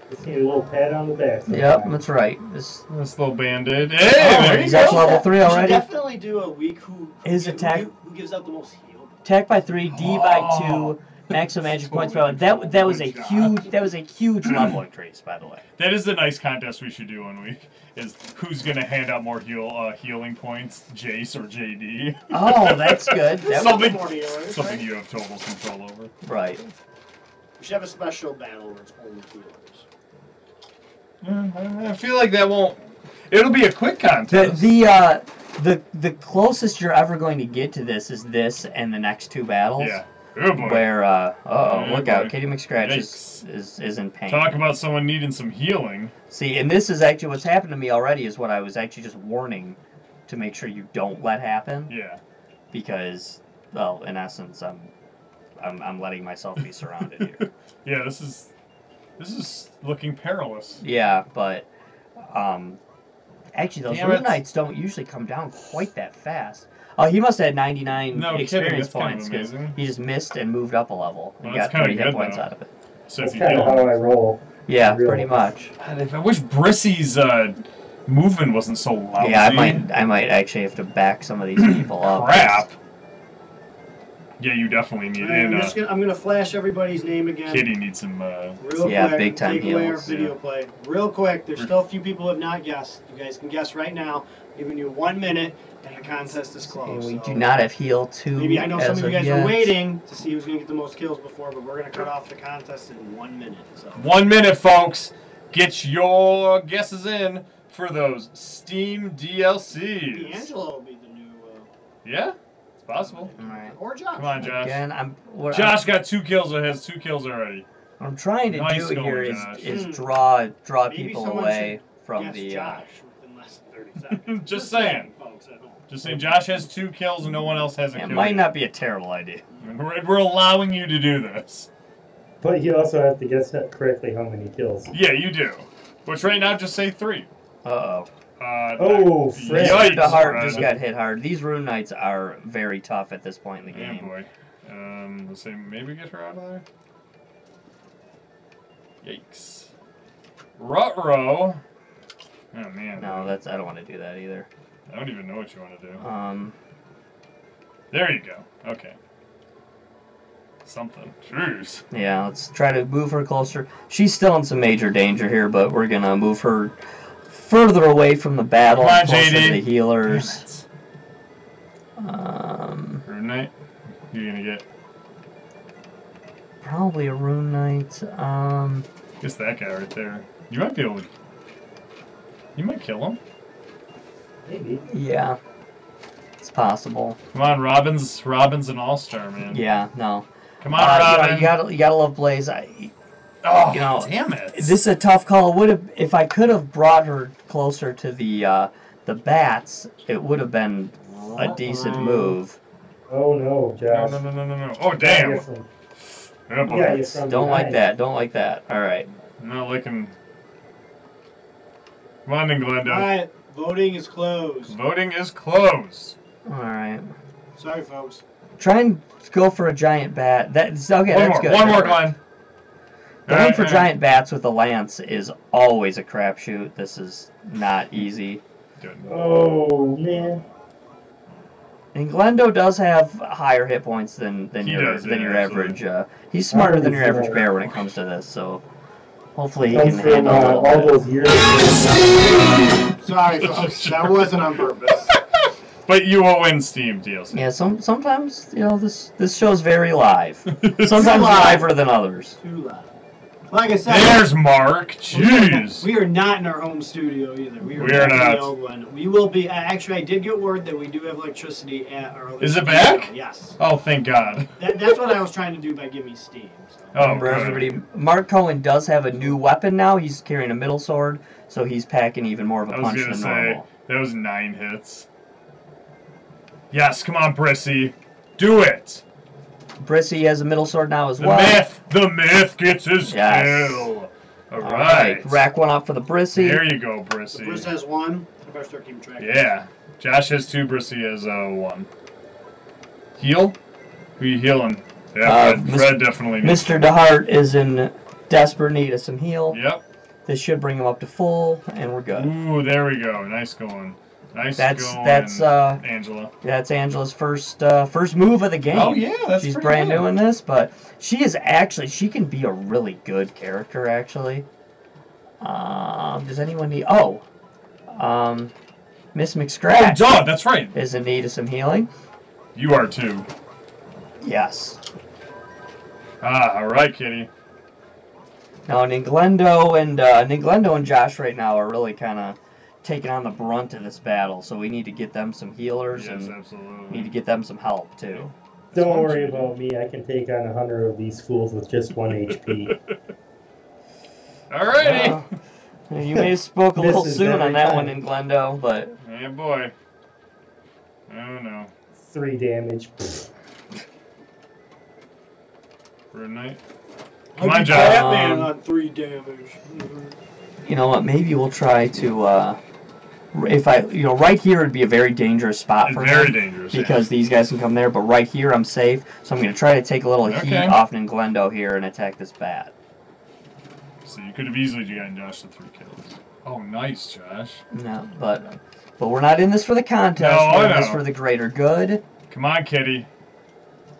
E: Just need a little pat on the back.
C: Yep,
E: sometimes.
C: that's right. This,
B: This little band-aid. Hey,
C: Oh,
B: there you
C: he's
B: go.
C: at level three
H: We should
C: already.
H: definitely do a week who
C: His
H: who-
C: attack-
H: who, who gives up the most heal.
C: Attack by three, D by
B: Oh.
C: two, maximum magic points.
B: Totally
C: By that that was a
B: good job.
C: huge that was a huge level increase, by the way.
B: That is the nice contest we should do one week. Is who's gonna hand out more heal uh, healing points, Jace or JD?
C: Oh, that's good. That was,
B: something,
H: More healers,
B: something
H: right?
B: you have total control over.
C: right.
H: We should have a special battle where it's only two healers.
B: Yeah, Mm, I- I feel like that won't. It'll be a quick
C: The
B: contest.
C: the uh, the the closest you're ever going to get to this is this and the next two battles.
B: yeah. Oh boy.
C: Where uh oh
B: Yeah,
C: look
B: boy.
C: out, Katie McScratch is, is is in pain.
B: Talk about someone needing some healing.
C: See, and this is actually what's happened to me already is what I was actually just warning to make sure you don't let happen
B: Yeah.
C: because well, in essence, I'm I'm, I'm letting myself be surrounded here.
B: Yeah. This is. This is looking perilous.
C: yeah, but um actually those
B: Damn
C: Rune
B: it.
C: Knights don't usually come down quite that fast. Oh, he must have had 99
B: No kidding,
C: experience
B: that's kind of
C: points 'cause
B: amazing.
C: he just missed and moved up a level and
B: Well, that's kinda
C: got 30 hit
B: good,
C: points
B: though.
C: out of it.
B: So
E: That's
B: if you
E: kind of how
B: heal.
E: I roll.
C: Yeah,
E: Really?
C: pretty much.
B: God, if- I wish Brissy's uh, movement wasn't so lousy.
C: Yeah, I might I might actually have to back some of these people up.
B: Crap. Yeah, you definitely need.
H: Alright, I'm,
B: And, uh,
H: just gonna, I'm gonna flash everybody's name again.
B: Kitty needs some. Uh,
H: Real
C: Yeah,
H: quick,
C: big time
H: take away our
C: heals,
H: video
B: yeah.
H: play. Real quick, there's
B: Mm.
H: still a few people who have not guessed. You guys can guess right now. I'm giving you one minute. And the contest is closed.
C: And we
H: so-
C: do not have heel two.
H: Maybe I know some
C: as
H: of you
C: of
H: guys
C: yet.
H: were waiting to see who's going to get the most kills before, but we're going to cut off the contest in one minute. So
B: One minute, folks. Get your guesses in for those Steam DLCs.
H: D'Angelo will be the new. Uh,
B: Yeah, it's possible.
C: All right.
H: or Josh.
B: Come on, Josh.
C: Again, I'm. What
B: Josh got two kills or has two kills already.
C: I'm, I'm trying to
B: Nice
C: do
B: going,
C: here is
B: Josh.
C: is
H: Mm.
C: draw draw
H: Maybe
C: people
H: someone
C: away from
H: Yes,
C: the. Uh,
H: Josh within less than 30 seconds.
B: Just saying.
H: folks at home.
B: Just saying, Josh has two kills and no one else has a
C: it
B: kill.
C: might not be a terrible idea.
B: We're, we're allowing you to do this.
E: But you also have to guess that correctly how many kills.
B: Yeah, you do. Which right now, just say three.
C: Uh oh.
B: Uh,
E: Oh, Fred.
B: Yikes,
C: the heart
B: Fred.
C: just got hit hard. These rune knights are very tough at this point in the
B: Yeah,
C: game.
B: boy. Um, let's see, maybe get her out of there. Yikes. Rutro. Oh man.
C: no, that's I don't want to do that either.
B: I don't even know what you want to do.
C: Um,
B: There you go. Okay. Something. Jeez.
C: yeah, let's try to move her closer. She's still in some major danger here, but we're gonna move her further away from the battle,
B: Come on,
C: closer
B: JD.
C: to the
B: Damn
C: healers.
B: it.
C: Um,
B: Rune Knight. You're gonna get
C: probably a rune knight. Um,
B: just that guy right there. You might be able to. You might kill him.
E: Maybe.
C: yeah, it's possible.
B: Come on, Robin's Robin's an all star man.
C: Yeah, no.
B: Come
C: Uh,
B: on, Robin.
C: you gotta, you gotta love Blaze. I,
B: oh,
C: you know,
B: damn it.
C: This is a tough call. It would have if I could have brought her closer to the uh, the bats. It would have been a decent move.
E: Oh no,
B: No,
E: Josh.
B: no, no, no, no, no. Oh,
E: Yeah,
B: damn.
E: you're from-
B: Yeah, boy.
E: yeah, you're from
C: Don't like
E: behind.
C: that. Don't like that. All right.
B: I'm not looking. Come on, then, Glenda.
H: All right, voting is closed.
B: Voting is closed.
C: All right.
H: Sorry, folks.
C: Try and go for a giant bat. That's okay.
B: one
C: that's
B: more.
C: good.
B: One more, Glenn.
C: Going
B: All right,
C: for
B: all right.
C: giant bats with a lance is always a crapshoot. This is not easy.
B: Good.
E: Oh man.
C: And Glendo does have higher hit points than than
B: He
C: your
B: does,
C: than
B: yeah,
C: your
B: absolutely.
C: average. Uh, he's smarter than your average
E: Absolutely.
C: bear when it comes to this. So hopefully he
E: Come
C: can
E: from
C: handle. a
E: uh,
C: little
E: all
C: bit.
E: those years.
H: Sorry, folks. That wasn't on purpose.
B: But you will win Steam DLC.
C: Yeah, some sometimes you know this this show's very live. Sometimes
H: Live.
C: liver than others.
H: Too loud. Like I said,
B: There's Mark.
H: we are-
B: Jeez.
H: we are not in our home studio either. We are,
B: We are
H: back in
B: not.
H: The old one. We will be. Actually, I did get word that we do have electricity at our.
B: Is it
H: studio.
B: back?
H: Yes.
B: Oh, thank God.
H: That, that's what I was trying to do by giving me steam. So.
B: Oh,
C: Remember
B: good.
C: everybody, Mark Cohen does have a new weapon now. He's carrying a middle sword, so he's packing even more of a
B: I was
C: punch
B: gonna
C: than
B: say
C: normal.
B: that was nine hits. Yes, come on, Brissy. Do it.
C: Brissy has a middle sword now as
B: The
C: well.
B: myth. The myth gets his
C: Yes.
B: kill. All
C: All
B: right.
C: rack one up for the Brissy.
B: There you go,
H: So Bruce
B: Brissy.
H: has one. I better start keeping track.
B: Yeah. Josh has two. Brissy has uh, one. Heal. Who you healing? Yeah,
C: Uh,
B: Fred,
C: Mis-
B: Fred definitely. Needs.
C: Mr. DeHart is in desperate need of some heal.
B: Yep.
C: This should bring him up to full, and we're good.
B: Ooh, there we go. Nice going. Nice
C: That's
B: going.
C: that's uh
B: Angela.
C: that's Angela's first uh, first move of the game.
B: Oh yeah, that's
C: she's
B: pretty
C: brand
B: good.
C: new in this, but she is actually she can be a really good character actually. Um, does anyone need? Oh, um, Miss
B: Oh,
C: McScratch
B: duh, that's right.
C: is in need of some healing.
B: You are too.
C: Yes.
B: Ah, all right, Kitty.
C: Now Ninglendo and uh, Ninglendo and Josh right now are really kind of taking on the brunt of this battle, so we need to get them some healers
B: Yes,
C: and need to
B: absolutely.
C: get them some help too.
E: Don't worry about me. I can take on a hundred of these fools with just one HP.
B: All righty.
C: Uh, you may have spoke a
E: This
C: little
E: is
C: soon on
E: every
C: that
E: time.
C: one in Glendo, but
B: Yeah, boy. Oh no.
E: Three damage.
B: Rune Knight.
H: Come
B: on, Josh.
H: Batman
C: Um,
H: on three damage.
C: you know what? Maybe we'll try to. Uh, r- if I, you know, right here would be a very dangerous spot
B: It's
C: for
B: very
C: him
B: dangerous. yeah.
C: because these guys can come there. But right here, I'm safe, so I'm going to try to take a little heat
B: Okay.
C: off Glendo here and attack this bat.
B: So you could have easily gotten Josh to three kills. Oh, nice, Josh.
C: No, but but we're not in this for the contest.
B: No,
C: we're
B: I
C: in this
B: know.
C: for the greater good.
B: Come on, Kitty.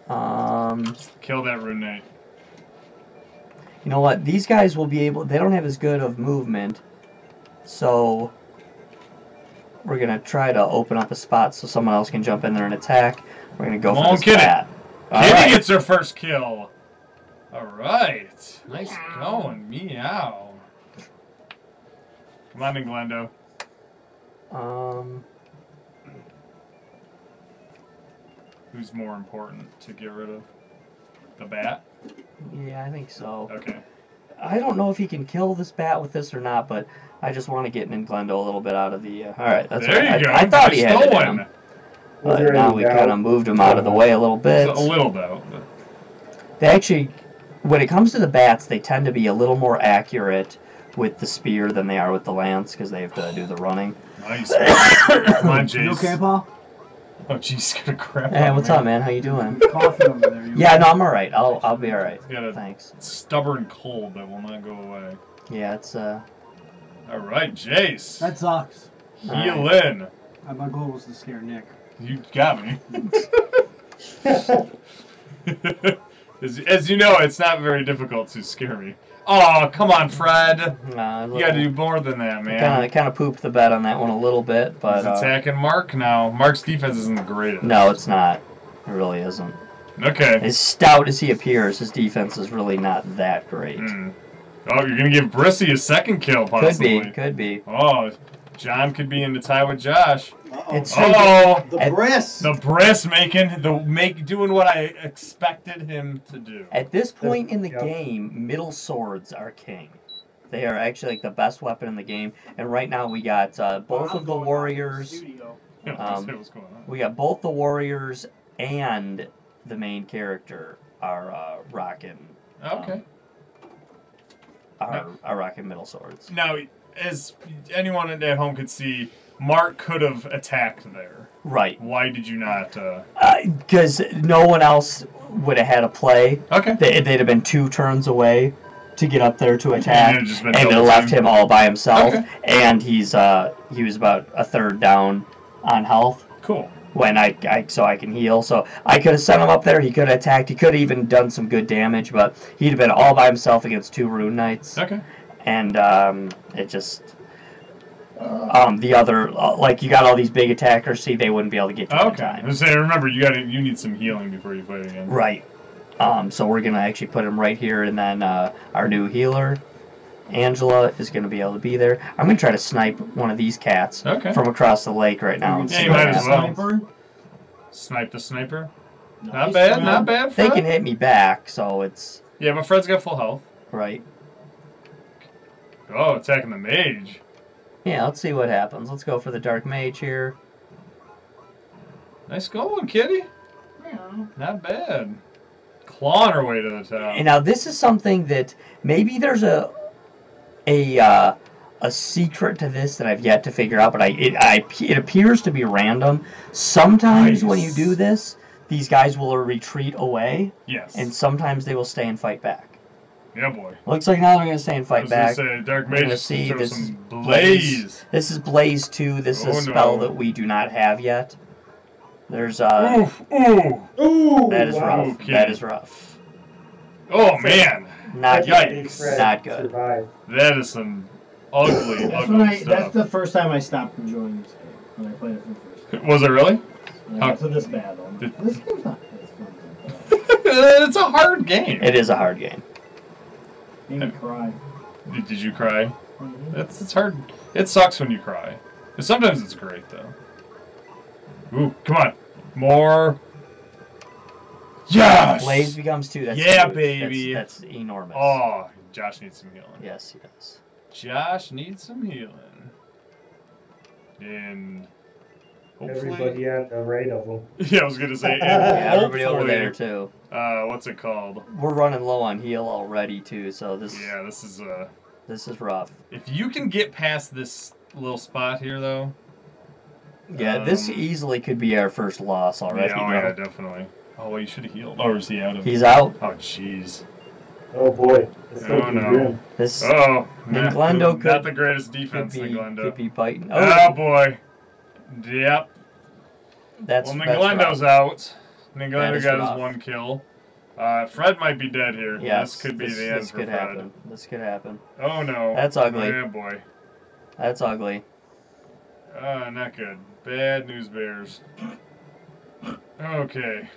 C: Um,
B: Kill that Rune Knight.
C: you know what? These guys will be able. They don't have as good of movement, so We're gonna try to open up a spot so someone else can jump in there and attack. We're gonna go
B: Lone
C: for this
B: Kitty.
C: bat. All
B: Kitty
C: right.
B: gets her first kill. All right. Nice going. Meow. Come on in, Glendo.
C: Um,
B: Who's more important to get rid of? The bat?
C: yeah, I think so.
B: Okay.
C: I don't know if he can kill this bat with this or not, but I just want to get in Glendo a little bit out of the. Uh, all right, that's
B: there
C: right.
B: you go.
C: I, I thought he
B: You
C: had
B: stole
C: it in
B: one.
C: him, but now we kind of moved him out of the way a little bit.
B: A little though.
C: They actually, when it comes to the bats, they tend to be a little more accurate with the spear than they are with the lance because they have to do the running.
B: Nice. Come on, Jace.
H: You okay, Paul?
B: Oh, jeez, gonna crap.
C: Hey,
B: on
C: what's
B: me.
C: up, man? How you doing?
H: You're coughing over there. You-
C: Yeah, no, I'm all right. I'll I'll be all right.
B: Got a
C: Thanks.
B: stubborn cold that will not go away.
C: Yeah, it's uh.
B: All right, Jace.
H: That sucks.
C: all right.
B: Heal in.
H: Uh, My goal was to scare Nick.
B: You got me. as, as you know, it's not very difficult to scare me. Oh, come on, Fred.
C: Nah,
B: You gotta do more than that, man.
C: kind of kind of pooped the bed on that one a little bit, but
B: He's
C: uh,
B: attacking Mark now. Mark's defense isn't the greatest.
C: no, it's not. It really isn't.
B: Okay.
C: As stout as he appears, his defense is really not that great.
B: Hmm. Oh, you're gonna give Brissy a second kill,
C: Could
B: possibly.
C: be, could be.
B: Oh, John could be in the tie with Josh.
H: Uh-oh.
C: It's
B: Oh,
H: the
C: and-
H: breast.
B: the Briss making the make doing what I expected him to do.
C: At this point in the
E: Yep.
C: game, middle swords are king. They are actually like the best weapon in the game, and right now we got uh, both
H: I'm
C: of the
H: going to
C: warriors.
H: studio.
B: You know,
C: um,
B: see what's going on.
C: We got both the warriors and the main character are uh, rocking.
B: Okay.
C: Are, are rocking middle swords.
B: Now, as anyone at home could see, Mark could have attacked there.
C: Right,
B: Why did you not? Uh...
C: because no one else would have had a play.
B: Okay.
C: They, they'd have been two turns away to get up there to attack,
B: it'd just been
C: and it
B: double
C: left
B: time.
C: him all by himself.
B: Okay.
C: And he's uh he was about a third down on health
B: Cool.
C: when I, I so I can heal. So I could have sent him up there. He could have attacked. He could have even done some good damage, but he'd have been all by himself against two rune knights,
B: Okay.
C: and um it just. Um, the other, like you got all these big attackers. See, they wouldn't be able to get you in
B: Okay. I
C: time.
B: was saying, remember, you got to you need some healing before you fight again.
C: Right. Um, so we're gonna actually put him right here, and then uh, our new healer, Angela, is gonna be able to be there. I'm gonna try to snipe one of these cats
B: Okay.
C: from across the lake right now. and
B: Yeah,
C: see
B: you
C: what
B: might as
C: happens.
B: well. Snipe the sniper. Not
H: Nice
B: bad.
H: job.
B: Not bad.
C: They
B: Fred.
C: can hit me back, so it's
B: Yeah, but Fred's got full health.
C: right.
B: Oh, attacking the mage.
C: Yeah, let's see what happens. Let's go for the dark mage here.
B: Nice going, kitty. Not bad. Clawing her way to the top.
C: And now this is something that maybe there's a a uh, a secret to this that I've yet to figure out, but I it, I, it appears to be random. Sometimes when you
B: Nice.
C: do this, these guys will retreat away,
B: yes.
C: and sometimes they will stay and fight back.
B: yeah, boy.
C: Looks like now they're going to stay and
B: I
C: fight
B: was gonna
C: back.
B: say, Dark
C: We're
B: Mage
C: gonna
B: just
C: see
B: throw
C: this
B: some
C: blaze.
B: blaze.
C: This is Blaze 2. This is
B: Oh,
C: a spell
B: no.
C: that we do not have yet. There's uh
B: Oof, ooh.
E: Ooh,
C: that is
E: wow.
C: rough.
B: Oh, Okay.
C: That is rough.
B: Oh, man.
C: Not
B: Yikes.
C: good.
E: Big Fred
C: Not good.
E: survived.
B: That is some ugly,
I: That's
B: ugly
I: when I.
B: stuff.
I: That's the first time I stopped enjoying this game when I played it for the first. time.
B: Was it really?
I: When I got to this battle. I'm like, this game's not as fun as I thought.
B: it's a hard game.
C: It is a hard game.
I: Made me cry.
B: Did did you cry?
I: Mhm.
B: It's, it's hard. It sucks when you cry. But sometimes it's great, though. Ooh, come on. More. Yes!
C: Blaze becomes two. That's
B: Yeah,
C: huge.
B: baby.
C: That's, that's enormous.
B: Oh, Josh needs some healing.
C: Yes, yes.
B: Josh needs some healing. And hopefully,
E: Everybody on the right of them.
B: yeah, I was gonna say, and
C: Yeah, everybody over
B: Oh, hopefully-
C: there too.
B: Uh, what's it called?
C: We're running low on heal already too, so this
B: Yeah, this is uh,
C: this is rough.
B: if you can get past this little spot here though.
C: Yeah, this
B: Um,
C: easily could be our first loss
B: Yeah,
C: already.
B: oh,
C: bro.
B: yeah, definitely. Oh, well, you should have healed. Oh, is he out of?
C: He's out.
B: Oh, jeez.
E: Oh boy. It's
B: Oh,
E: looking
B: no.
E: grim.
C: This
B: Oh,
C: And Glendo
B: not
C: could-
B: the greatest
C: could
B: defense, the
C: be
B: Glendo.
C: could be biting.
B: Oh,
C: Oh,
B: boy. Yep.
C: that's
B: well,
C: that's
B: Minglendo's
C: rough.
B: out. Minglendo
C: is
B: got
C: rough.
B: his one kill. Uh, Fred might be dead here.
C: Yes,
B: this could be
C: this,
B: the end
C: this
B: for
C: could
B: Fred.
C: happen. This could happen.
B: Oh no.
C: That's ugly.
B: Oh, yeah, boy.
C: That's ugly.
B: Uh, not good. Bad news bears. Okay.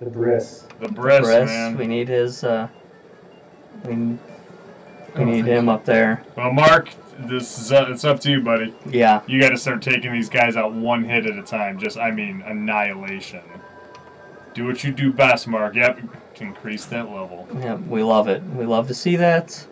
E: The Briss.
B: The breast,
C: Bress,
B: man.
C: we need his. Uh, we we
B: Oh,
C: need
B: thank
C: him up there.
B: Well, Mark, this is, uh, it's up to you, buddy.
C: Yeah.
B: You got to start taking these guys out one hit at a time. Just, I mean, annihilation. Do what you do best, Mark. Yep, increase that level.
C: Yeah, we love it. We love to see that.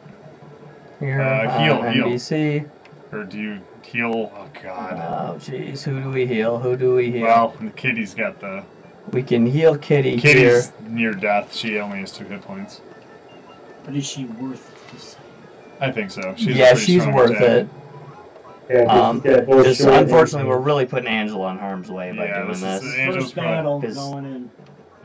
C: Here
B: Uh,
C: on
B: heal, heal.
C: NBC.
B: Or do you heal? Oh God.
C: Oh, jeez. Who do we heal? Who do we heal?
B: Well, the kitty's got the
C: we can heal Kitty here.
B: kitty's near death. She only has two hit points.
H: But is she worth the save?
B: I think so. She's a
C: yeah,
B: pretty
C: she's
B: strong
C: worth
B: attack.
C: it.
E: Yeah, 'cause
C: Um,
E: he's got both
C: Just,
E: short and-
C: unfortunately, we're really putting Angela in harm's way by
B: Yeah,
C: doing
B: this
C: this.
B: is- Angel's
H: First battle
C: probably- 'cause-
H: going in.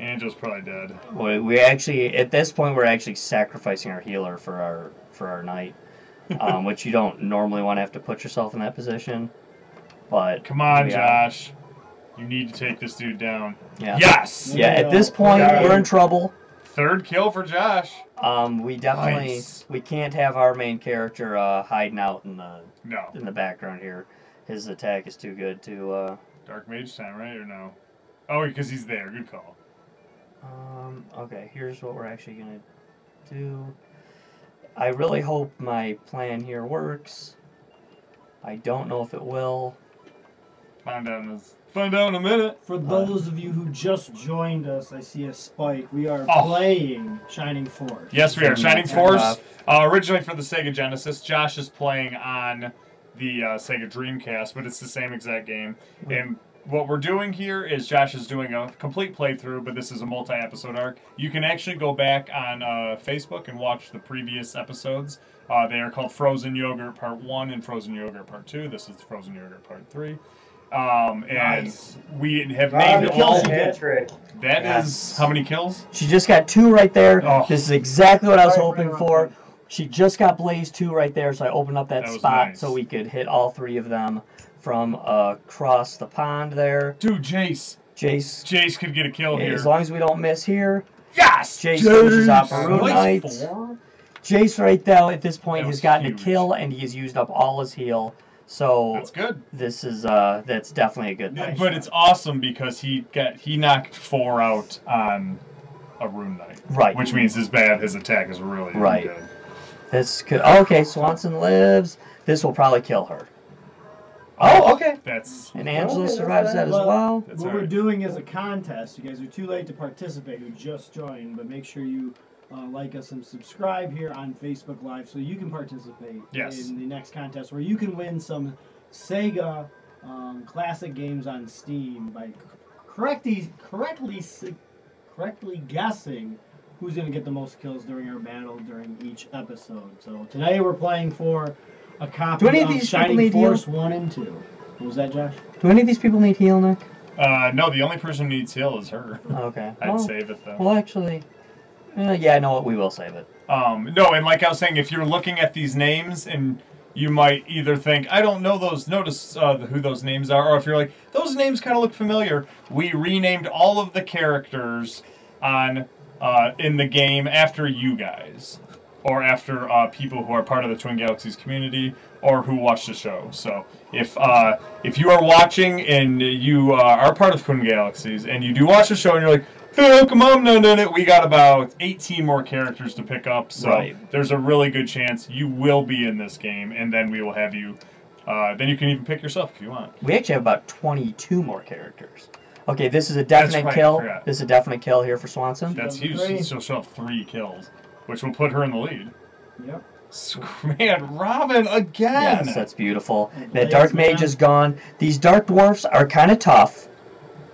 B: Angel's probably dead.
C: We, we actually, at this point, we're actually sacrificing our healer for our for our knight, um, which you don't normally want to have to put yourself in that position. But
B: Come on,
C: Yeah.
B: Josh. You need to take this dude down.
C: yeah,
B: Yes.
C: yeah. At this point,
E: Yeah.
C: we're in trouble.
B: Third kill for Josh.
C: Um, we definitely
B: Nice.
C: we can't have our main character uh, hiding out in the
B: No.
C: in the background here. His attack is too good to. Uh,
B: Dark Mage time, right or no? Oh, because he's there. Good call.
C: um, okay, here's what we're actually gonna do. I really hope my plan here works. I don't know if it will.
B: Find out in a, find out in a minute.
H: For those of you who just joined us, I see a spike. We are
B: Oh.
H: playing Shining Force.
B: Yes, we are. Shining
H: Yeah.
B: Force, uh, originally for the Sega Genesis. Josh is playing on the uh, Sega Dreamcast, but it's the same exact game. And what we're doing here is Josh is doing a complete playthrough, but this is a multi episode arc. You can actually go back on uh, Facebook and watch the previous episodes. Uh, they are called Frozen Yogurt Part 1 and Frozen Yogurt Part 2. This is Frozen Yogurt Part 3. Um, and
H: Nice.
B: we have
E: Ah,
B: named
E: the
B: all.
E: Kelsey hat trick.
B: That is
C: Yes.
B: how many kills?
C: She just got two right there.
B: Oh.
C: This is exactly what I was
H: Right,
C: hoping
H: right, right,
C: for.
H: right.
C: She just got blaze two right there, so I opened up that,
B: That was
C: spot
B: nice.
C: so we could hit all three of them from across the pond there.
B: Dude, Jace.
C: Jace,
B: Jace could get a kill here.
C: as long as we don't miss here,
B: Yes!
C: Jace loses out for
B: Jace!
C: Rune Knight.
B: Four?
C: Jace right now at this point
B: That
C: has
B: was
C: gotten
B: huge.
C: a kill and he has used up all his heal. So
B: That's good.
C: this is uh that's definitely a good thing.
B: But it's awesome because he got he knocked four out on a rune knight.
C: right.
B: Which means his bad his attack is really
C: Right.
B: good.
C: This could okay. Swanson lives. This will probably kill her. Oh, okay.
B: That's
C: And Angela survives that as
H: Well-
C: well.
B: that's
H: What
B: all
H: we're
B: right.
H: doing is a contest. You guys are too late to participate. You just joined, but make sure you uh, like us and subscribe here on Facebook Live so you can participate
B: Yes.
H: in the next contest where you can win some Sega um, classic games on Steam by c- correctly correctly s- correctly guessing who's going to get the most kills during our battle during each episode. So today we're playing for a copy
C: Do any of
H: of
C: these people
H: Shining
C: need heal?
H: Force One and Two. What was that, Josh?
C: Do any of these people need heal, Nick?
B: Uh no, the only person who needs heal is her.
C: Okay.
B: I'd
C: well,
B: save it though.
C: Well, actually, uh, yeah, I know what we will save it.
B: Um no, and like I was saying, if you're looking at these names and you might either think I don't know those notice uh, who those names are, or if you're like those names kind of look familiar. We renamed all of the characters on uh, in the game after you guys, or after uh, people who are part of the Twin Galaxies community or who watch the show. So if uh, if you are watching and you uh, are part of Twin Galaxies and you do watch the show and you're like. Hey, how come I'm not in it? We got about 18 more characters to pick up, so
C: Right.
B: there's a really good chance you will be in this game, and then we will have you. Uh, then you can even pick yourself if you want.
C: We actually have about 22 more characters. Okay, this is a
B: That's
C: definite
B: right, I
C: kill.
B: forgot.
C: This is a definite kill here for Swanson.
B: That's
H: She
B: huge.
H: has three.
B: She'll show up three kills, which will put her in the lead.
H: Yep.
B: So, Man, Robin again.
C: Yes, that's beautiful.
H: And
C: That
H: Blaze
C: dark mage
H: Man.
C: is gone. These dark dwarfs are kind of tough.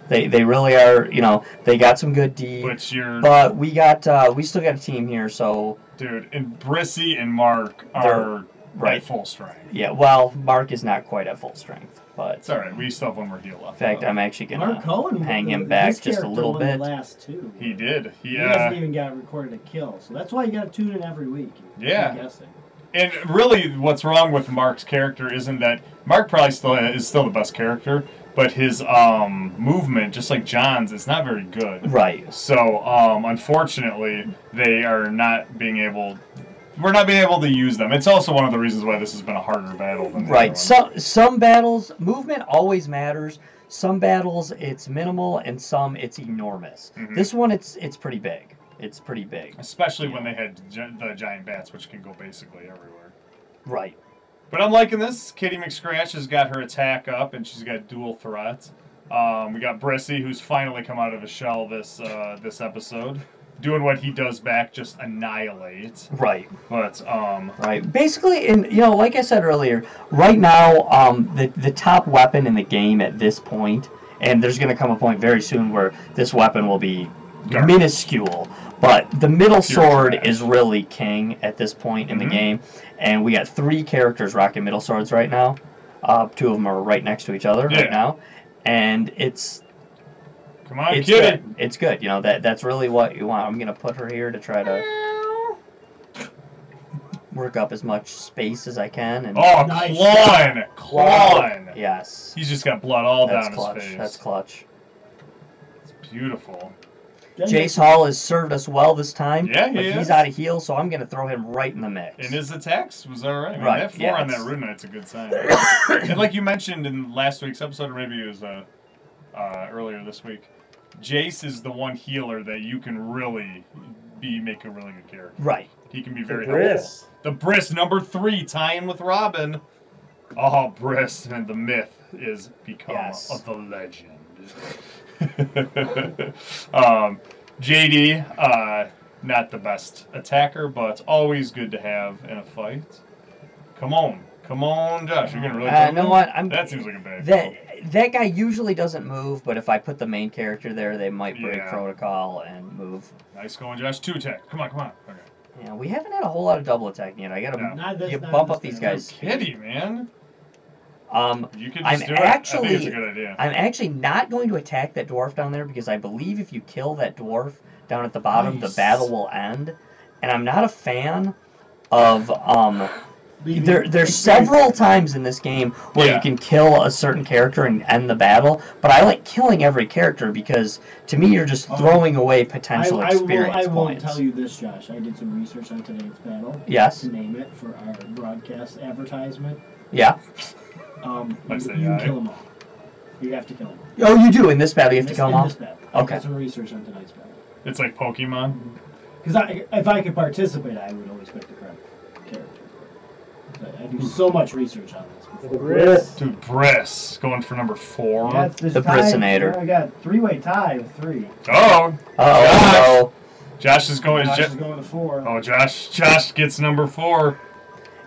C: They they really are. You know, they got some good D.
B: Which you're,
C: But we got uh, we still got a team here, so
B: dude, and Brissy and Mark
C: They're-
B: are
C: right.
B: at full strength.
C: yeah. Well, Mark is not quite at full strength, but
B: It's all right. We still have one more heel
C: in
B: left.
C: fact, I'm actually gonna.
H: Mark Cohen
C: hang
H: uh,
C: him back
H: his
C: just a
H: character
C: little
H: won the
C: bit.
H: Last two.
B: He did. He,
H: He
B: uh,
H: hasn't even got recorded a kill, so that's why you got to tune in every week.
B: Yeah.
H: I'm guessing.
B: and really, what's wrong with Mark's character isn't that Mark probably still is still the best character, but his um movement, just like John's, it's not very good.
C: Right.
B: So, um, unfortunately, they are not being able. We're not being able to use them. It's also one of the reasons why this has been a harder battle than the other one.
C: Right. Some some battles movement always matters. Some battles it's minimal and some it's enormous.
B: Mhm.
C: This one it's it's pretty big. It's pretty big.
B: Especially when they had gi- the giant bats, which can go basically everywhere.
C: Right.
B: But I'm liking this. Kitty McScratch has got her attack up, and she's got dual threats. Um, we got Brissy, who's finally come out of his shell this uh, this episode, doing what he does back, just annihilate.
C: Right.
B: But um,
C: Right. Basically, in you know, like I said earlier, right now, um, the the top weapon in the game at this point, and there's going to come a point very soon where this weapon will be
B: Garbage.
C: minuscule. But the middle sword
B: trash.
C: is really king at this point in
B: Mhm.
C: the game, and we got three characters rocking middle swords right now. Uh, two of them are right next to each other
B: Yeah.
C: right now, and it's
B: come on,
C: it's
B: Kitty.
C: good. It's good. You know that that's really what you want. I'm gonna put her here to try to work up as much space as I can. And
B: Oh,
H: Nice.
B: Clawin! Clawin!
C: yes,
B: He's just got blood all
C: that's
B: down
C: clutch.
B: his face.
C: That's clutch.
B: It's beautiful.
C: Jace Hall has served us well this time.
B: Yeah, he
C: but
B: is.
C: he's out of heal, so I'm gonna throw him right in the mix.
B: And his attacks was all right. Man,
C: Right,
B: That four
C: yeah,
B: on that
C: it's-
B: rune knight's a good sign. and like you mentioned in last week's episode, or maybe it was uh, uh, earlier this week, Jace is the one healer that you can really be make a really good character.
C: right.
B: He can be very helpful.
E: Chris.
B: The Briss number three tying with Robin. Oh, Briss and the myth is become
C: Yes.
B: of the legend. um, JD, uh, not the best attacker, but it's always good to have in a fight. Come on, come on, Josh, you're gonna really.
C: Uh,
B: take
C: you know
B: it?
C: what? I'm
B: That seems like a bad.
C: that
B: call.
C: that guy usually doesn't move, but if I put the main character there, they might break
B: Yeah.
C: protocol and move.
B: Nice going, Josh. Two attack. Come on, come on. Okay.
C: Yeah, we haven't had a whole lot of double attacking yet. I gotta
B: No.
H: Not this,
C: you
H: not
C: bump
H: this
C: up these
H: battle.
C: guys.
B: Kitty, man,
C: Um,
B: you can just
C: I'm
B: do it. I think it's
C: actually-
B: a good idea.
C: I'm actually not going to attack that dwarf down there because I believe if you kill that dwarf down at the bottom,
B: Nice.
C: the battle will end. And I'm not a fan of um. There, there's several times in this game where
B: Yeah.
C: you can kill a certain character and end the battle, but I like killing every character because to me you're just
B: Oh.
H: Um,
C: throwing away
H: I,
C: potential
H: I will.
C: experience
H: I will
C: points.
H: tell you this, Josh. I did some research on today's battle
C: Yes.
H: to name it for our broadcast advertisement.
C: Yeah.
H: Um,
B: I
H: you,
B: say
H: you
B: aye.
H: kill them all. You have to kill them.
C: Oh, you do in this battle. You have to
H: This-
C: kill them
H: in
C: all.
H: this battle. I
C: Okay.
H: did some research on tonight's battle.
B: It's like Pokemon.
H: Because I, if I could participate, I would always pick the correct character. So I do so much research on this. Before.
E: Chris.
B: Dude, Briss going for number four.
H: Yeah, it's
C: The
H: tie.
C: Prisonator.
H: I got three-way tie of three.
B: Oh,
C: Oh,
B: Josh is going.
H: Josh
B: Jo-
H: is going to four.
B: Oh, Josh! Josh gets number four.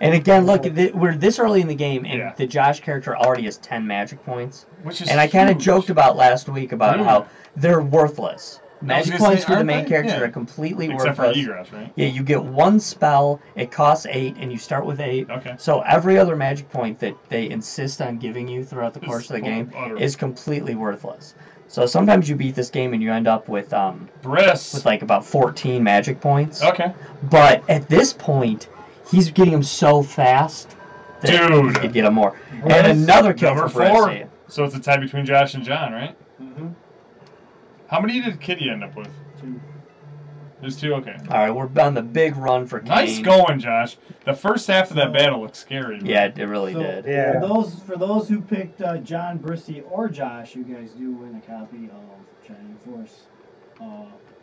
C: and again, look, th- we're this early in the game, and
B: Yeah.
C: the Josh character already has ten magic points.
B: Which is
C: and I kind of
B: huge.
C: joked about last week about
B: Dude.
C: how they're worthless. Magic
B: gonna
C: points
B: say,
C: for the
B: aren't
C: main
B: they?
C: character
B: Yeah.
C: are completely
B: except for
C: worthless.
B: Egress, right?
C: yeah, you get one spell. It costs eight, and you start with eight.
B: Okay.
C: So every other magic point that they insist on giving you throughout the course of the game is completely worthless. So sometimes you beat this game and you end up with um
B: Briss.
C: with like about 14 magic points.
B: Okay,
C: But at this point, he's getting them so fast that
B: Dude.
C: you could get them more.
B: Briss,
C: and another kill
B: number
C: for Briss.
B: four.
C: yeah.
B: so it's a tie between Josh and John, right?
H: Mm-hmm.
B: How many did Kitty end up with?
H: Two.
B: There's two. Okay.
C: All right, we're on the big run for Kane.
B: Nice going, Josh. The first half of that battle looks scary.
C: Yeah, it it really
H: So-
C: did.
E: Yeah.
H: For those for those who picked uh, John Brissy or Josh, you guys do win a copy of Shining Force. Uh,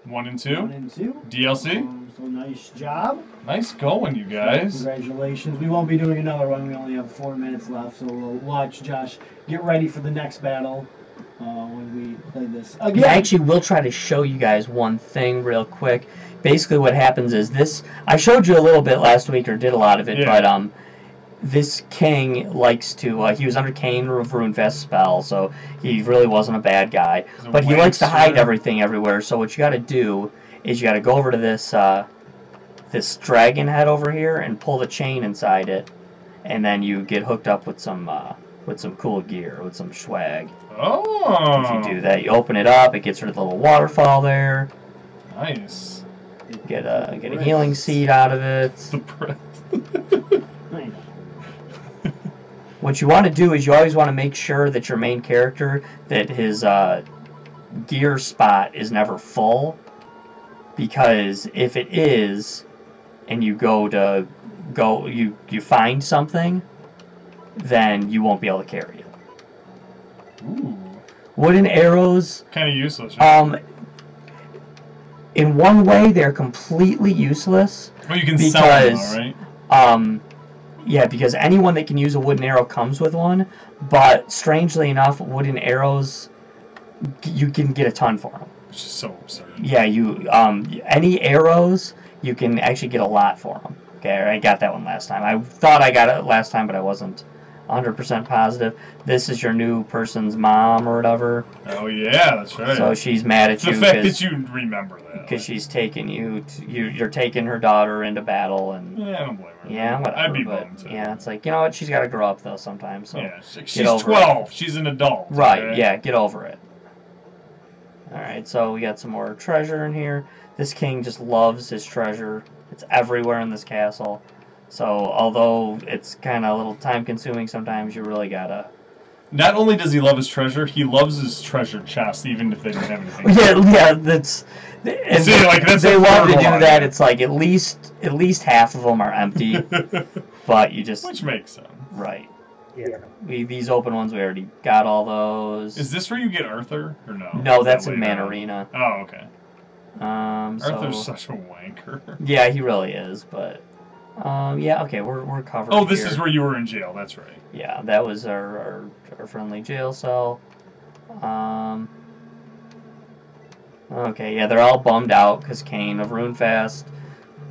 B: One
H: One
B: and two.
H: and two.
B: DLC.
H: Um, so nice job,
B: Nice going, you guys.
H: Congratulations. We won't be doing another one. We only have four minutes left, so we'll watch Josh get ready for the next battle uh, when we play this again.
C: I actually will try to show you guys one thing real quick. Basically, what happens is this. I showed you a little bit last week, or did a lot of it,
B: Yeah.
C: but um, this king likes to. Uh, he was under Kane of Runefest spell, so he really wasn't a bad guy.
B: He's a
C: But he likes to
B: wankster.
C: hide everything everywhere. So what you got to do is you got to go over to this uh, this dragon head over here and pull the chain inside it, and then you get hooked up with some uh, with some cool gear, with some swag.
B: Oh.
C: If you do that, you open it up. It gets rid of the little waterfall there.
B: Nice.
C: Get a get a healing seed out of it.
B: The Briss.
C: What you want to do is you always want to make sure that your main character that his uh, gear spot is never full, because if it is, and you go to go you you find something, then you won't be able to carry it.
B: Ooh.
C: Wooden arrows
B: Kind of useless. right?
C: um in one way they're completely useless.
B: well, you can sell them,
C: because-
B: though, right?
C: Um, yeah, because anyone that can use a wooden arrow comes with one, but strangely enough, wooden arrows g- you can get a ton for them.
B: Which is so absurd.
C: Yeah, you um any arrows you can actually get a lot for them. Okay, I got that one last time. I thought I got it last time, but I wasn't 100% positive. This is your new person's mom or whatever,
B: Oh yeah, that's right.
C: so she's mad at
B: the
C: you
B: fact
C: because
B: that you remember that. like,
C: she's taking you, to, you you're taking her daughter into battle and
B: yeah, I don't blame her.
C: yeah, whatever.
B: I'd be
C: but,
B: bummed too.
C: Yeah, it's like you know what? She's got to grow up though sometimes. So
B: Yeah, she's
C: Get over it.
B: 12. She's an adult.
C: right,
B: okay?
C: yeah, get over it. All right, so we got some more treasure in here. This king just loves his treasure. It's everywhere in this castle. So although it's kind of a little time consuming sometimes, you really gotta.
B: Not only does he love his treasure, he loves his treasure chest, even if they don't have anything.
C: Yeah, yeah, that's. And
B: See, like, that's
C: they
B: a
C: love to do
B: third one.
C: that. It's like at least at least half of them are empty, but you just
B: Which makes sense.
C: right.
E: Yeah.
C: We, these open ones we already got all those.
B: Is this where you get Arthur or no?
C: No,
B: Is
C: that's
B: Oh, that
C: in
B: later on?
C: Manorina.
B: Oh, okay.
C: Um, so,
B: Arthur's such a wanker.
C: yeah, he really is. But um, yeah, okay, we're we're covered.
B: Oh, this
C: here.
B: is where you were in jail. That's right.
C: yeah, that was our, our our friendly jail cell. Um. Okay, yeah, they're all bummed out because Kane of Runefast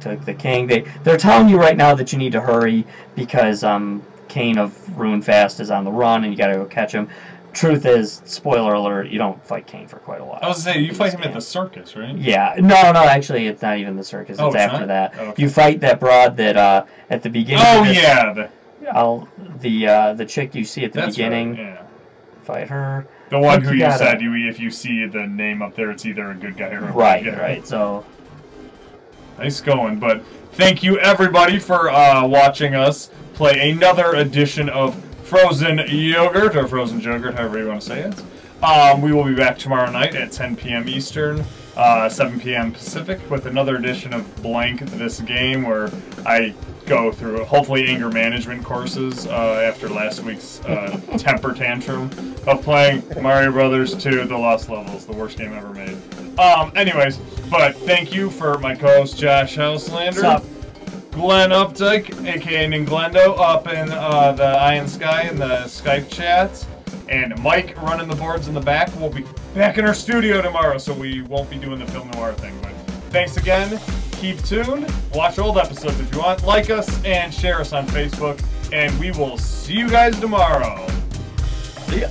C: took the king. They they're telling you right now that you need to hurry because um Kane of Runefast is on the run and you got to go catch him. Truth is, spoiler alert, you don't fight Kane for quite a while.
B: I was saying you
C: He's
B: fight him
C: scammed.
B: at the circus, right?
C: Yeah, no, no. Actually, it's not even the circus.
B: Oh,
C: it's
B: it's
C: after
B: not?
C: that.
B: Okay.
C: You fight that broad that uh, at the beginning.
B: Oh
C: of this-
B: yeah, the,
C: I'll, the uh, the chick you see at the
B: that's
C: beginning.
B: right. Yeah.
C: Fight her.
B: The one who
C: You
B: you
C: gotta-
B: said you if you see the name up there, it's either a good guy or a
C: Right,
B: bad guy.
C: right. So
B: Nice going, but thank you everybody for uh, watching us play another edition of Frozen Yogurt or Frozen Yogurt, however you want to say it. Um, we will be back tomorrow night at 10 p.m. Eastern, uh, 7 p.m. Pacific, with another edition of Blank This Game, where I go through hopefully anger management courses uh, after last week's uh, temper tantrum of playing Mario Brothers 2 The Lost Levels, the worst game ever made. Um, anyways, but thank you for my co-host Josh Houselander,
C: Sup.
B: Glenn Updike, aka Ninglendo, up in uh, the Iron Sky in the Skype chat, and Mike running the boards in the back. We'll be back in our studio tomorrow, so we won't be doing the film noir thing. But thanks again. Keep tuned. Watch old episodes if you want. Like us and share us on Facebook, and we will see you guys tomorrow.
C: see ya.